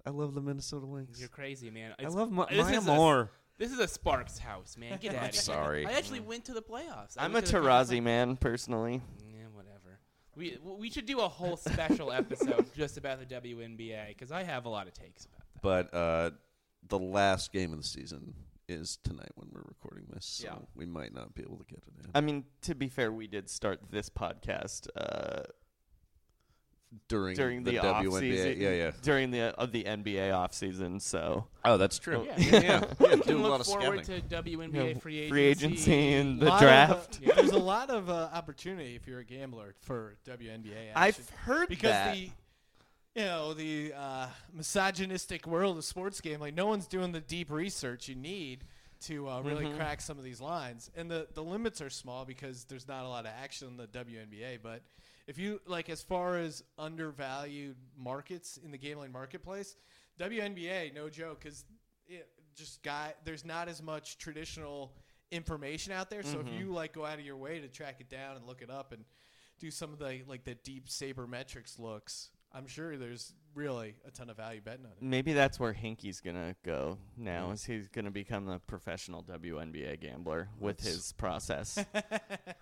C: I love the Minnesota Lynx.
B: you're crazy, man.
C: I
B: It's-
C: love Ma-
B: this
C: Maya
B: is a-
C: Moore.
B: This is a Sparks house, man. Get out of here.
C: sorry.
B: I actually went to the playoffs. I
F: I'm a
B: went to the conference-
F: Tarazi man personally.
B: Yeah, whatever. We w- we should do a whole special episode just about the WNBA because I have a lot of takes about that.
C: But uh, the last game of the season is tonight when we're recording this. So
F: Yeah.
C: we might not be able to get it in
F: I mean, to be fair, we did start this podcast uh,
C: during,
F: during the, off
C: WNBA.
F: season.
C: Yeah, yeah.
F: During the of the NBA off season, so
C: Oh, that's true.
B: Yeah.
C: yeah, yeah. yeah
B: You
C: do
B: can
C: a
B: look
C: lot of
B: forward
C: scamming.
B: to WNBA
F: You know,
B: free agency.
F: free agency and the
D: Lot of, uh,
F: draft.
D: there's a lot of uh, opportunity if you're a gambler for WNBA.
F: I've
D: action.
F: heard
D: because
F: that.
D: the you know the uh, misogynistic world of sports gambling, no one's doing the deep research you need to uh, really
F: Mm-hmm.
D: crack some of these lines, and the the limits are small because there's not a lot of action in the WNBA. But if you like, as far as undervalued markets in the gambling marketplace, WNBA, no joke, because just guy, there's not as much traditional information out there. So
F: Mm-hmm.
D: if you like go out of your way to track it down and look it up and do some of the like the deep sabermetrics looks, I'm sure there's really a ton of value betting on it.
F: maybe that's where Hinkey's gonna go now. Is he's gonna become a professional WNBA gambler with his process?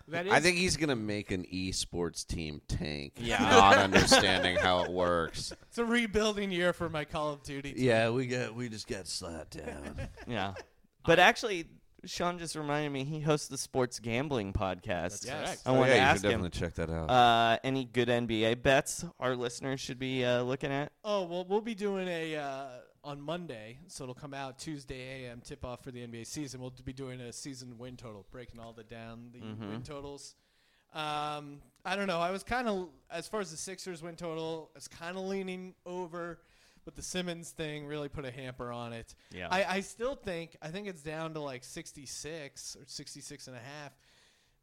B: That is
C: I think he's gonna make an esports team tank.
F: Yeah.
C: not understanding how it works.
D: It's a rebuilding year for my Call of Duty. Team.
C: Yeah, we got we just got slapped down.
F: yeah, but actually, Sean just reminded me he hosts the sports gambling podcast.
D: Yes. correct.
F: I
C: oh,
F: want
C: yeah,
F: to
C: you
F: ask
C: should
F: him.
C: definitely check that out.
F: uh, any good NBA bets our listeners should be uh, looking at?
D: Oh well, we'll be doing a uh, on Monday, so it'll come out Tuesday a.m. tip off for the NBA season. We'll be doing a season win total, breaking all the down the win totals. Um, I don't know. I was kind of as far as the Sixers win total, I was kind of leaning over, but the Simmons thing really put a hamper on it.
F: Yeah.
D: I, I still think I think it's down to like 66 or 66 and a half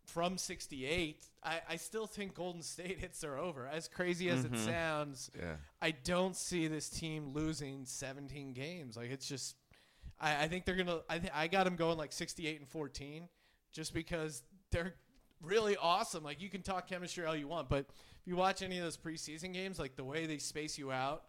D: from 68. I, I still think Golden State hits their over. As crazy as it sounds,
C: Yeah.
D: I don't see this team losing 17 games. Like it's just, I, I think they're gonna. I th- I got them going like 68 and 14, just because they're really awesome. Like you can talk chemistry all you want, but if you watch any of those preseason games, like the way they space you out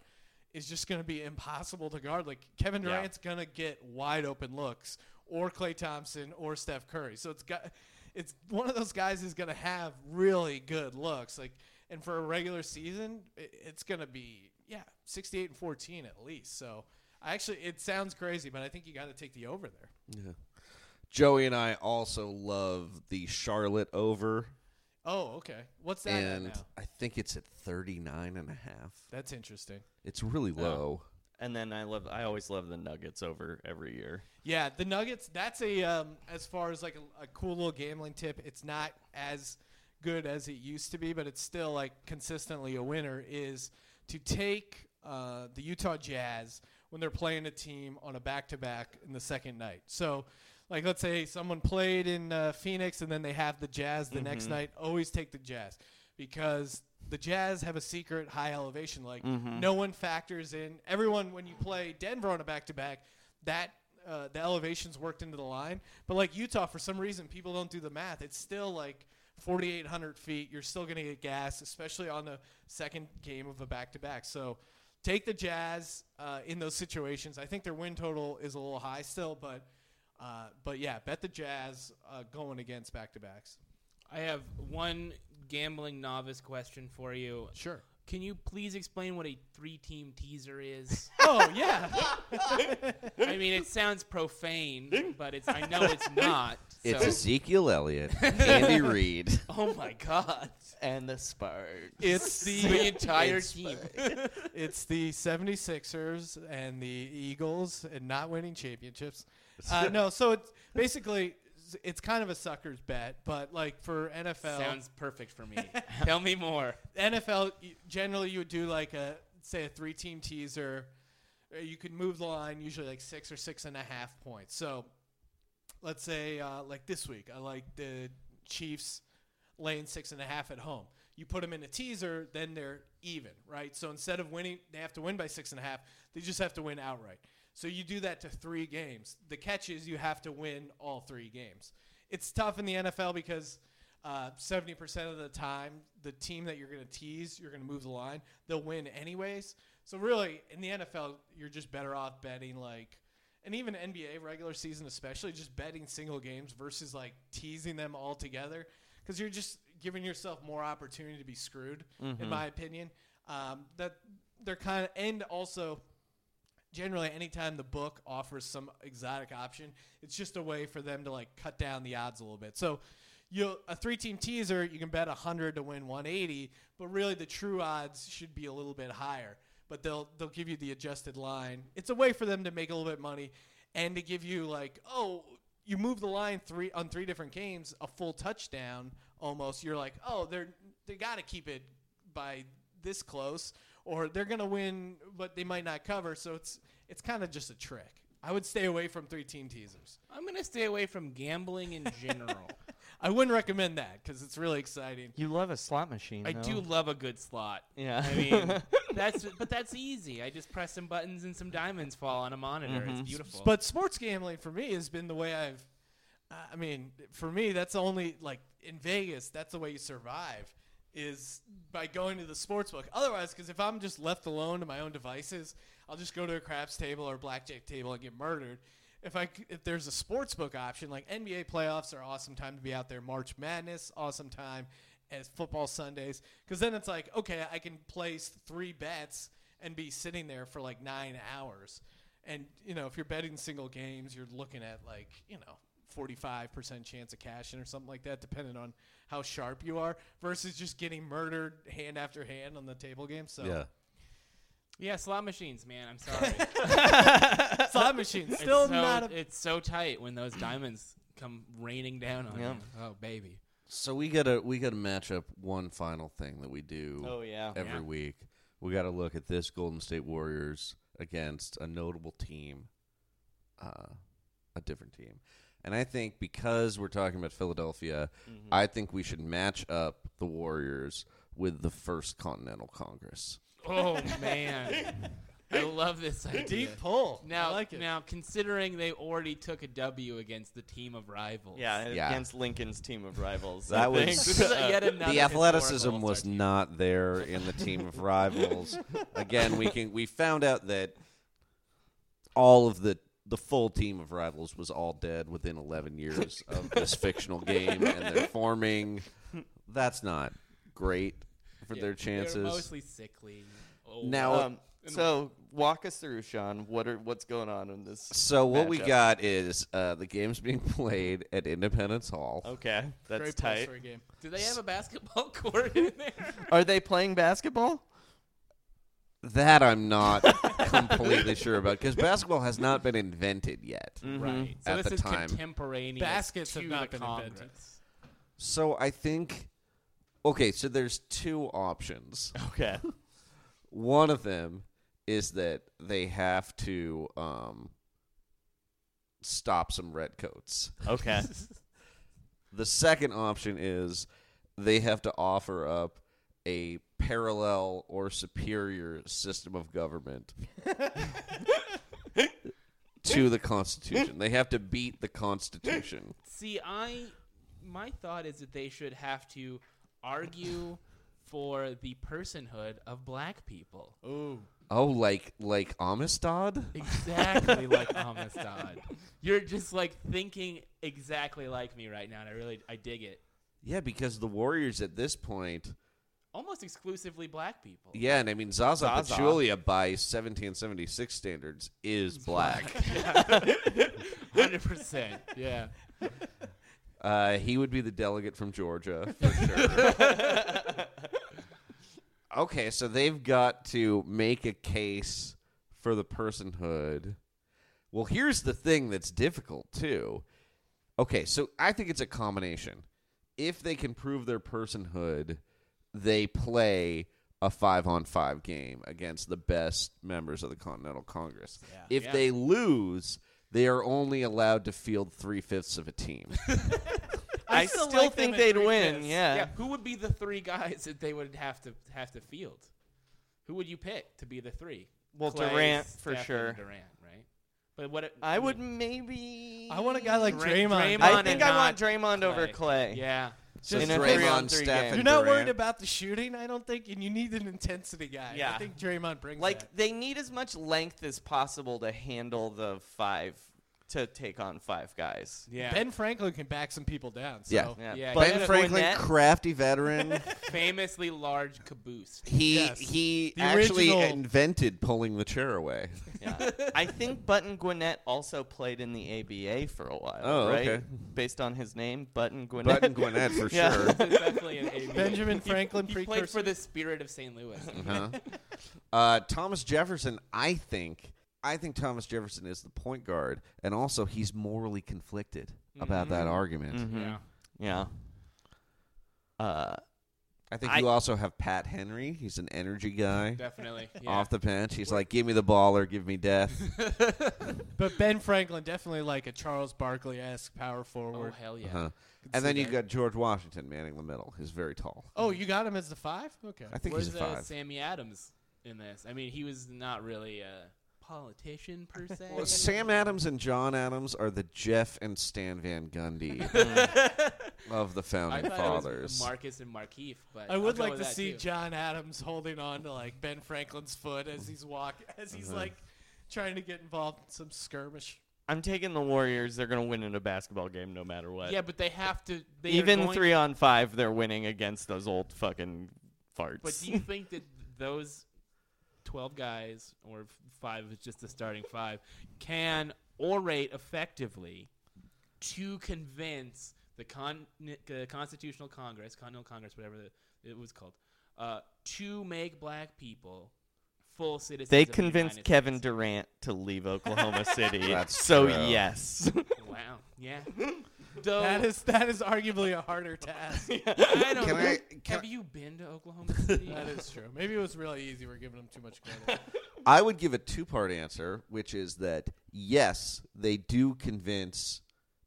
D: is just gonna be impossible to guard. Like Kevin Durant's gonna get wide open looks, or Clay Thompson, or Steph Curry. So it's got. It's one of those guys who's going to have really good looks. Like and for a regular season, i- it's going to be yeah, 68 and 14 at least. So I actually it sounds crazy, but I think you got to take the over there.
C: yeah. Joey and I also love the Charlotte over,
D: Oh, okay. What's that at
C: and
D: now?
C: I think it's at 39 and a half.
D: That's interesting.
C: It's
F: Oh.
C: really low.
F: And then I love. I always love the Nuggets over every year.
D: Yeah, the Nuggets. That's a um, as far as like a, a cool little gambling tip. It's not as good as it used to be, but it's still like consistently a winner. Is to take uh, the Utah Jazz when they're playing a team on a back-to-back in the second night. So, like let's say someone played in uh, Phoenix and then they have the Jazz the next night. Always take the Jazz because the Jazz have a secret high elevation. Like no one factors in. Everyone when you play Denver on a back-to-back, that uh, the elevations worked into the line. But like Utah, for some reason, people don't do the math. It's still like 4,800 feet. You're still going to get gas, especially on the second game of a back to back. So take the Jazz uh, in those situations. I think their win total is a little high still, but. Uh, but yeah, bet the Jazz uh, going against back to backs.
B: I have one gambling novice question for you.
D: Sure.
B: Can you please explain what a three-team teaser is?
D: Oh yeah,
B: I mean, it sounds profane, but it's I know it's not.
C: It's
B: so-
C: Ezekiel Elliott, Andy Reid.
B: oh my god,
F: And the Sparks.
D: it's
B: the
D: the
B: entire team.
D: it's the 76ers and the Eagles and not winning championships. Uh, no, so it's basically it's kind of a sucker's bet, but like for NFL,
B: Sounds perfect for me. Tell me more.
D: NFL y- generally you would do like a say a three team teaser. Uh, You could move the line usually like six or six and a half points. So let's say uh, like this week, I like the Chiefs laying six and a half at home. You put them in a teaser, then they're even, right? So instead of winning, they have to win by six and a half. They just have to win outright. So you do that to three games. The catch is you have to win all three games. It's tough in the NFL because uh, seventy percent of the time, the team that you're going to tease, you're going to move the line. They'll win anyways. So really, in the NFL, you're just better off betting like and even NBA regular season, especially just betting single games versus like teasing them all together, because you're just giving yourself more opportunity to be screwed, in my opinion. Um, that they're kind of, and also generally anytime the book offers some exotic option, it's just a way for them to like cut down the odds a little bit. So you a three team teaser, you can bet 100 to win 180, but really the true odds should be a little bit higher. But they'll they'll give you the adjusted line. It's a way for them to make a little bit of money and to give you like, "Oh, you move the line three on three different games, a full touchdown almost. You're like, "Oh, they're they got to keep it by this close or they're going to win but they might not cover so it's it's kind of just a trick i would stay away from three team teasers
B: I'm gonna stay away from gambling in general.
D: i wouldn't recommend that because it's really exciting
F: You love a slot machine.
B: I do love a good slot.
F: Yeah.
B: I mean, that's but that's easy. I just press some buttons and some diamonds fall on a monitor. It's beautiful.
D: Mm-hmm. but sports gambling for me has been the way i've i mean for me that's only like in vegas that's the way you survive is by going to the sports book otherwise because if i'm just left alone to my own devices i'll just go to a craps table or blackjack table and get murdered if I c- if there's a sports book option like NBA playoffs are awesome time to be out there. March Madness awesome time as football Sundays because then it's like okay I can place three bets and be sitting there for like nine hours, and you know if you're betting single games you're looking at like you know. 45% chance of cashing or something like that depending on how sharp you are versus just getting murdered hand after hand on the table game so
B: yeah, slot machines, man. I'm sorry.
D: slot machine still
B: it's so,
D: not a
B: It's so tight when those diamonds come raining down on you. Oh baby.
C: So we gotta we gotta match up one final thing that we do.
F: Oh, yeah.
C: every
B: Yeah.
C: week we gotta look at this Golden State Warriors against a notable team, uh, a different team, and I think because we're talking about Philadelphia,
F: Mm-hmm.
C: I think we should match up the Warriors with the First Continental Congress.
B: Oh man. I love this idea.
D: deep pull
B: Now,
D: I like it
B: now considering they already took a W against the team of rivals.
F: Yeah,
C: Yeah.
F: against Lincoln's team of rivals.
C: That
F: I think.
C: was-
B: This is
F: Uh,
B: yet another
C: the athleticism
B: historical
C: was
B: All-Star
C: not there in the team of rivals. Again, we can we found out that all of the the full team of rivals was all dead within 11 years of this fictional game and their forming. That's not great for their chances.
B: mostly sickly. old.
C: Now-
F: Um, so walk us through, Sean. What are what's going on in this?
C: so what we
F: matchup?
C: got is uh, the game's being played at Independence Hall.
F: Okay, that's
D: Great place
F: tight.
D: for a game.
B: do they have a basketball court in there?
C: Mm-hmm.
F: Are they playing basketball?
C: That I'm not completely sure about because basketball has not been invented yet.
B: Right. So
C: At
B: this
C: the
B: is
C: time.
B: contemporaneous.
D: Baskets
B: to
D: have not
B: the
D: been invented.
B: Congress.
C: So I think okay, so there's two options.
F: Okay.
C: One of them is that they have to um, stop some redcoats.
F: Okay.
C: The second option is they have to offer up a parallel or superior system of government to the Constitution. They have to beat the Constitution.
B: See, I my thought is that they should have to argue for the personhood of black people.
C: Oh, like like Amistad?
B: Exactly like Amistad. You're just like thinking exactly like me right now, and I really I dig it.
C: Yeah, because the Warriors at this point.
B: Almost exclusively black people.
C: Yeah, and I mean Zaza, Pachulia by 1776 standards is black.
B: hundred percent. Yeah.
C: Uh, he would be the delegate from Georgia for sure. okay, so they've got to make a case for the personhood. Well, here's the thing that's difficult too. Okay, so I think it's a combination. If they can prove their personhood, they play a five on five game against the best members of the Continental Congress. If they lose, they are only allowed to field three fifths of a team.
F: I
B: still
F: still,
B: like them
F: think
B: at
F: they'd
B: three
F: win.
B: fifths.
F: Yeah.
B: Who would be the three guys that they would have to have to field? Who would you pick to be the three?
F: Well,
B: Clay,
F: Durant, for
B: Steph, and
F: sure.
B: Durant, right? But what?
F: I would
B: mean,
F: maybe.
D: I want a guy like
B: Dra-
D: Draymond.
B: Draymond
F: I
B: and
F: think I want
B: not
F: Draymond over Clay.
B: Yeah.
C: So
F: In a
C: Draymond,
F: three-on-three
C: Steph,
F: game.
C: and
D: You're not worried
C: Durant.
D: about the shooting, I don't think, and you need an intensity guy. I
F: Yeah.
D: think Draymond brings
F: Like
D: that.
F: they need as much length as possible to handle the five to take on five guys.
B: Yeah.
D: Ben Franklin can back some people down. So.
C: Yeah.
B: Yeah,
F: But
C: Ben Franklin,
F: Fournette-
C: crafty veteran.
B: famously large caboose.
C: He
D: Yes.
C: he
D: The
C: actually
D: original-
C: invented pulling the chair away.
F: Yeah. I think Button Gwinnett also played in the ABA for a while,
C: Oh,
F: right?
C: okay.
F: Based on his name, Button Gwinnett.
C: Button Gwinnett for
F: Yeah.
C: sure.
B: It's definitely an ABA.
D: Benjamin
B: He-
D: Franklin
B: He, played for
D: precursor.
B: the Spirit of St. Louis.
C: Uh-huh. Uh, Thomas Jefferson, I think, I think Thomas Jefferson is the point guard, and also he's morally conflicted about
F: Mm-hmm.
C: that argument.
B: Yeah.
F: yeah. Uh,
C: I think
F: I-
C: you also have Pat Henry. He's an energy guy.
B: Definitely. Yeah.
C: Off the bench, he's like, "Give me the ball or give me death."
D: But Ben Franklin definitely like a Charles Barkley esque power
B: oh
D: forward.
B: hell yeah.
C: Uh-huh. And then you got George Washington manning the middle. He's very tall.
D: Oh, you got him as the five? Okay.
C: I think
B: Where's
C: he's a
B: uh,
C: five.
B: Sammy Adams in this? I mean, he was not really a politician per se.
C: Well, Sam Adams and John Adams are the Jeff and Stan Van Gundy of the
B: I
C: founding
B: thought it
C: fathers.
B: was Marcus and Markeef, but
D: I
B: I'll
D: would
B: go
D: like
B: with
D: to
B: that,
D: see
B: too.
D: John Adams holding on to like Ben Franklin's foot as he's walking, as he's like trying to get involved in some skirmish.
F: I'm taking the Warriors. They're going to win in a basketball game no matter what.
B: Yeah, but they have to. They are
F: Even
B: going-
F: three on five, they're winning against those old fucking farts.
B: But do you think that those twelve guys, or f- five is just the starting five, can orate effectively to convince the con- uh, Constitutional Congress, Continental Congress, whatever the, it was called, uh, to make black people full citizens?
F: they
B: of the
F: convinced
B: United
F: Kevin
B: States?
F: Durant to leave Oklahoma City.
C: That's
F: so
C: true.
F: yes.
B: Wow. Yeah. Though,
D: That is that is arguably a harder task.
B: I don't
C: Can
B: know.
C: I- can
B: have
C: I-
B: you been to Oklahoma City?
D: that is true. Maybe it was really easy. We're giving him too much credit.
C: I would give a two part answer, which is that yes, they do convince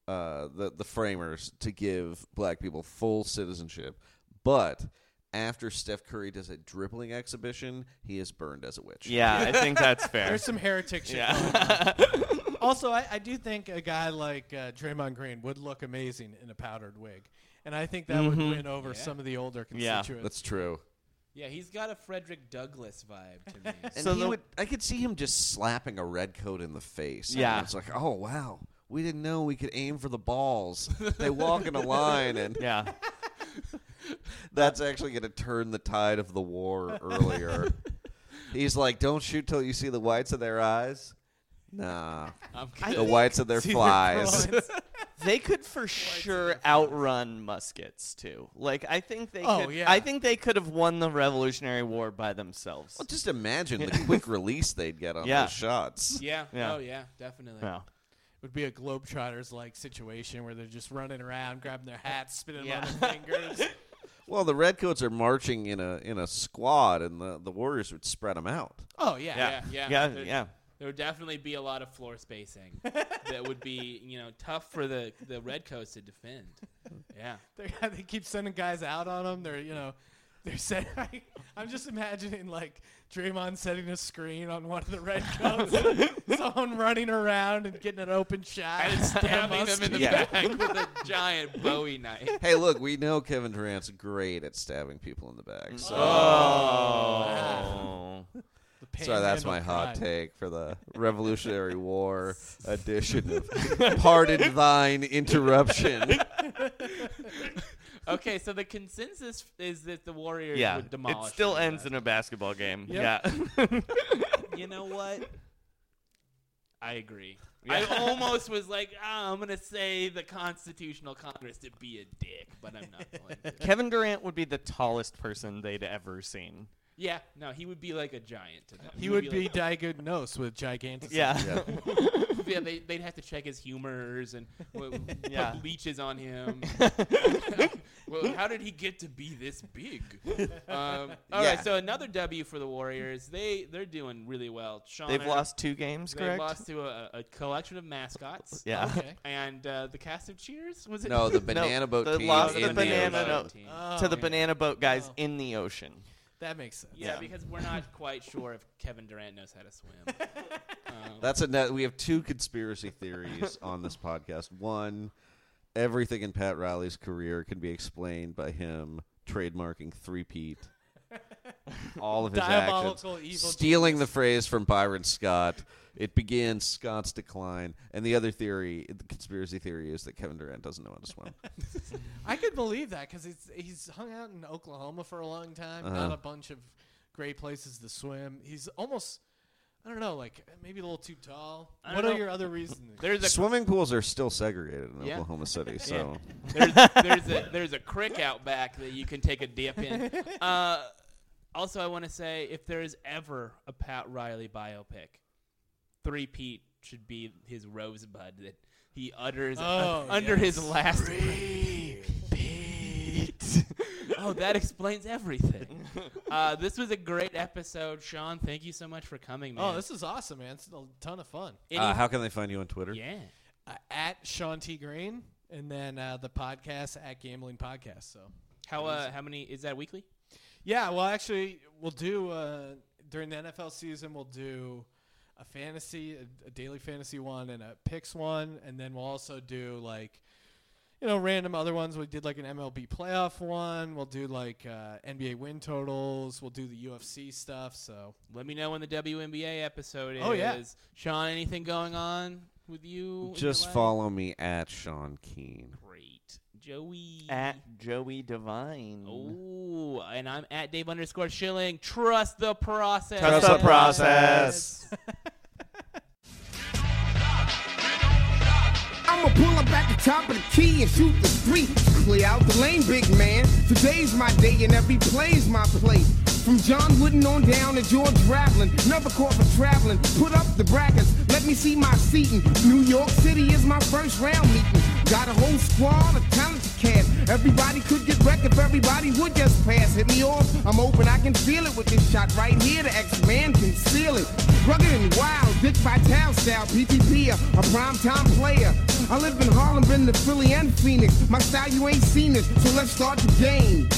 C: uh, the, the framers to give black people full citizenship, but after Steph Curry does a dribbling exhibition, he is burned as a witch.
F: yeah, I think that's fair.
D: There's some heretic shit. going on. also, I, I do think a guy like uh, Draymond Green would look amazing in a powdered wig, and I think that would win over some of the older
F: Mm-hmm. Yeah.
D: constituents.
C: That's true.
B: yeah, he's got a Frederick Douglass vibe to me.
C: And
F: So
C: he
F: the-
C: would, I could see him just slapping a red coat in the face. And
F: Yeah.
C: it's like, oh wow, we didn't know we could aim for the balls. they walk in a line, and
F: yeah.
C: That's actually going to turn the tide of the war earlier. He's like, don't shoot till you see the whites of their eyes. Nah,
F: I
C: the
F: think
C: whites of their flies.
F: they could for sure outrun muskets too. Like I think they.
D: Oh,
F: could,
D: yeah.
F: I think they could have won the Revolutionary War by themselves.
C: well, just imagine the quick release they'd get on
F: Yeah.
C: those shots.
B: Yeah.
F: Yeah.
B: Oh yeah, definitely.
F: Yeah.
D: would be a globetrotters like situation where they're just running around, grabbing their hats, spinning
F: Yeah.
D: them on their fingers.
C: Well, the redcoats are marching in a in a squad, and the, the warriors would spread them out.
D: oh yeah.
B: Yeah. Yeah.
F: Yeah,
B: There-
F: yeah.
B: There would definitely be a lot of floor spacing that would be, you know, tough for the the Redcoats to defend. Yeah.
D: They, they keep sending guys out on them. They're you know. They're set, I'm just imagining like Draymond setting a screen on one of the red coats, someone running around and getting an open shot,
B: And stabbing them in the
C: Yeah.
B: back with a giant Bowie knife.
C: Hey, look, we know Kevin Durant's great at stabbing people in the back. So,
F: Oh.
C: so that's my hot take for the Revolutionary War edition of Pardon Thine Interruption.
B: Okay, so the consensus is that the Warriors
F: Yeah.
B: would demolish.
F: It still
B: them,
F: ends
B: but
F: in a basketball game.
D: Yep.
F: Yeah.
B: You know what? I agree. I almost was like, ah, I'm gonna say the Constitutional Congress to be a dick, but I'm not going to.
F: Kevin Durant would be the tallest person they'd ever seen.
B: Yeah, no, he would be like a giant to them.
D: He would be
B: like-
D: diagnosed with gigantic.
F: Yeah.
B: yeah, they, they'd have to check his humors and w- w-
F: Yeah.
B: put leeches on him. well, how did he get to be this big? Um, all right,
C: Yeah.
B: so another W for the Warriors. They they're doing really well. Sean,
F: They've
B: I-
F: lost two games,
B: They
F: correct?
B: lost to a, a collection of mascots.
F: yeah.
D: Oh, Okay.
B: And uh, the cast of Cheers was it? Oh,
C: No, the banana boat
F: the
C: team.
F: lost
C: in
F: the
C: the
F: banana
C: ocean.
F: boat.
B: team.
F: to the
D: yeah.
F: banana boat guys
D: Oh.
F: in the ocean.
D: Uh, That makes sense.
B: yeah,
F: Yeah.
B: because we're not quite sure if Kevin Durant knows how to swim.
C: That's a net. We have two conspiracy theories on this podcast. One, everything in Pat Riley's career can be explained by him trademarking three-peat. All of his
D: Diabolical
C: actions,
D: evil
C: stealing the phrase from Byron Scott. It begins Scott's decline, and the other theory, the conspiracy theory, is that Kevin Durant doesn't know how to swim.
D: I could believe that because he's hung out in Oklahoma for a long time.
B: Uh-huh.
D: Not a bunch of great places to swim. He's almost, I don't know, like maybe a little too tall.
B: I
D: What
B: don't
D: are
B: know.
D: your other reasons?
B: There's a
C: Swimming pools are still segregated in
B: Yeah.
C: Oklahoma City, so.
B: there's, there's a there's a crick out back that you can take a dip in. Uh, also, I want to say if there is ever a Pat Riley biopic, three Pete should be his rosebud that he utters uh,
D: Oh,
B: under his
D: yes.
B: last. Pete. oh, that explains everything. Uh, this was a great episode, Sean. Thank you so much for coming, man.
D: Oh, this is awesome, man! It's a ton of fun.
B: Any-
C: Uh, how can they find you on Twitter?
B: yeah.
D: Uh, at Sean T Green, and then uh, the podcast at Gambling Podcast. So
B: How uh, how many is that weekly?
D: Yeah, well, actually, we'll do uh, during the NFL season. We'll do a fantasy, a, a daily fantasy one, and a picks one, and then we'll also do like you know random other ones. We did like an MLB playoff one. We'll do like uh, NBA win totals. We'll do the UFC stuff. So
B: Let me know when the WNBA episode is.
D: Oh, yeah.
B: Sean, anything going on with you? in your
C: Just
B: life?
C: follow me at Sean Keen.
B: Great. Joey.
F: At Joey Divine.
B: Oh, and I'm at Dave underscore Schilling. Trust the process.
F: Trust the process.
G: I'ma pull up at the top of the key and shoot the street. Clear out the lane, big man. Today's my day and every play's my play. From John Wooden on down to George Ravelin. Another court for traveling. Put up the brackets. Let me see my seating. New York City is my first round meeting. Got a whole squad of talented cats. Everybody could get wrecked if everybody would just pass. Hit me off. I'm open. I can feel it with this shot right here. The X-Man can seal it. Rugged and wild. Dick Vitale style. PTP, a, a prime time player. I live in Harlem, been to Philly and Phoenix. My style, you ain't seen it, so let's start the game.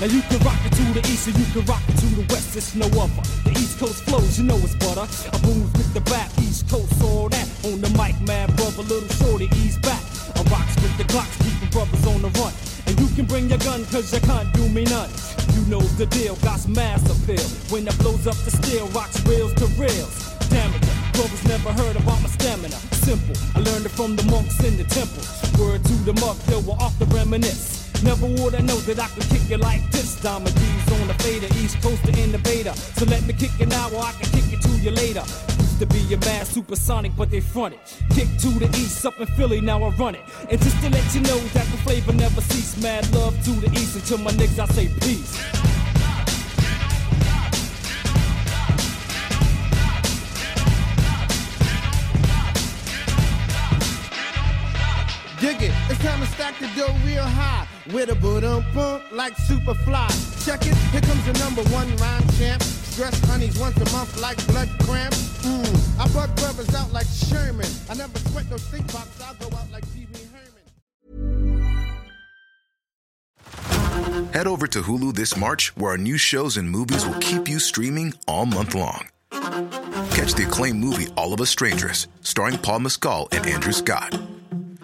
H: Now you can rock it to the east or you can rock it to the west, it's no other. The east coast flows, you know it's butter. I boom with the rap, east coast, all that. On the mic, mad brother, little shorty, ease back. I rocks with the clocks, keeping brothers on the run. And you can bring your gun, cause you can't do me none. You know the deal, got mass appeal. When it blows up the steel, rocks reels to reels. Damn it, brothers never heard about my stamina. Simple, I learned it from the monks in the temple. Word to the mug, they were off the reminisce. Never would I know that I could kick it like this. Diamond D's on the fader, East Coast the innovator. So let me kick it now, or I can kick it to you later. Used to be a mad supersonic, but they fronted. Kick to the east, up in Philly, now I run it. And just to let you know that the flavor never cease. Mad love to the east, until my niggas I say peace.
G: Dig it, it's time to stack the dough real high. With a boom bump like super fly. Check it, here comes the number one rhyme champ. Stress honeys once a month like blood cramp. Mmm, I bug brothers out like Sherman. I never sweat no stink box, I'll go out like Pee Wee Herman.
I: Head over to Hulu this March, where our new shows and movies will keep you streaming all month long. Catch the acclaimed movie All of Us Strangers, starring Paul Mescal and Andrew Scott.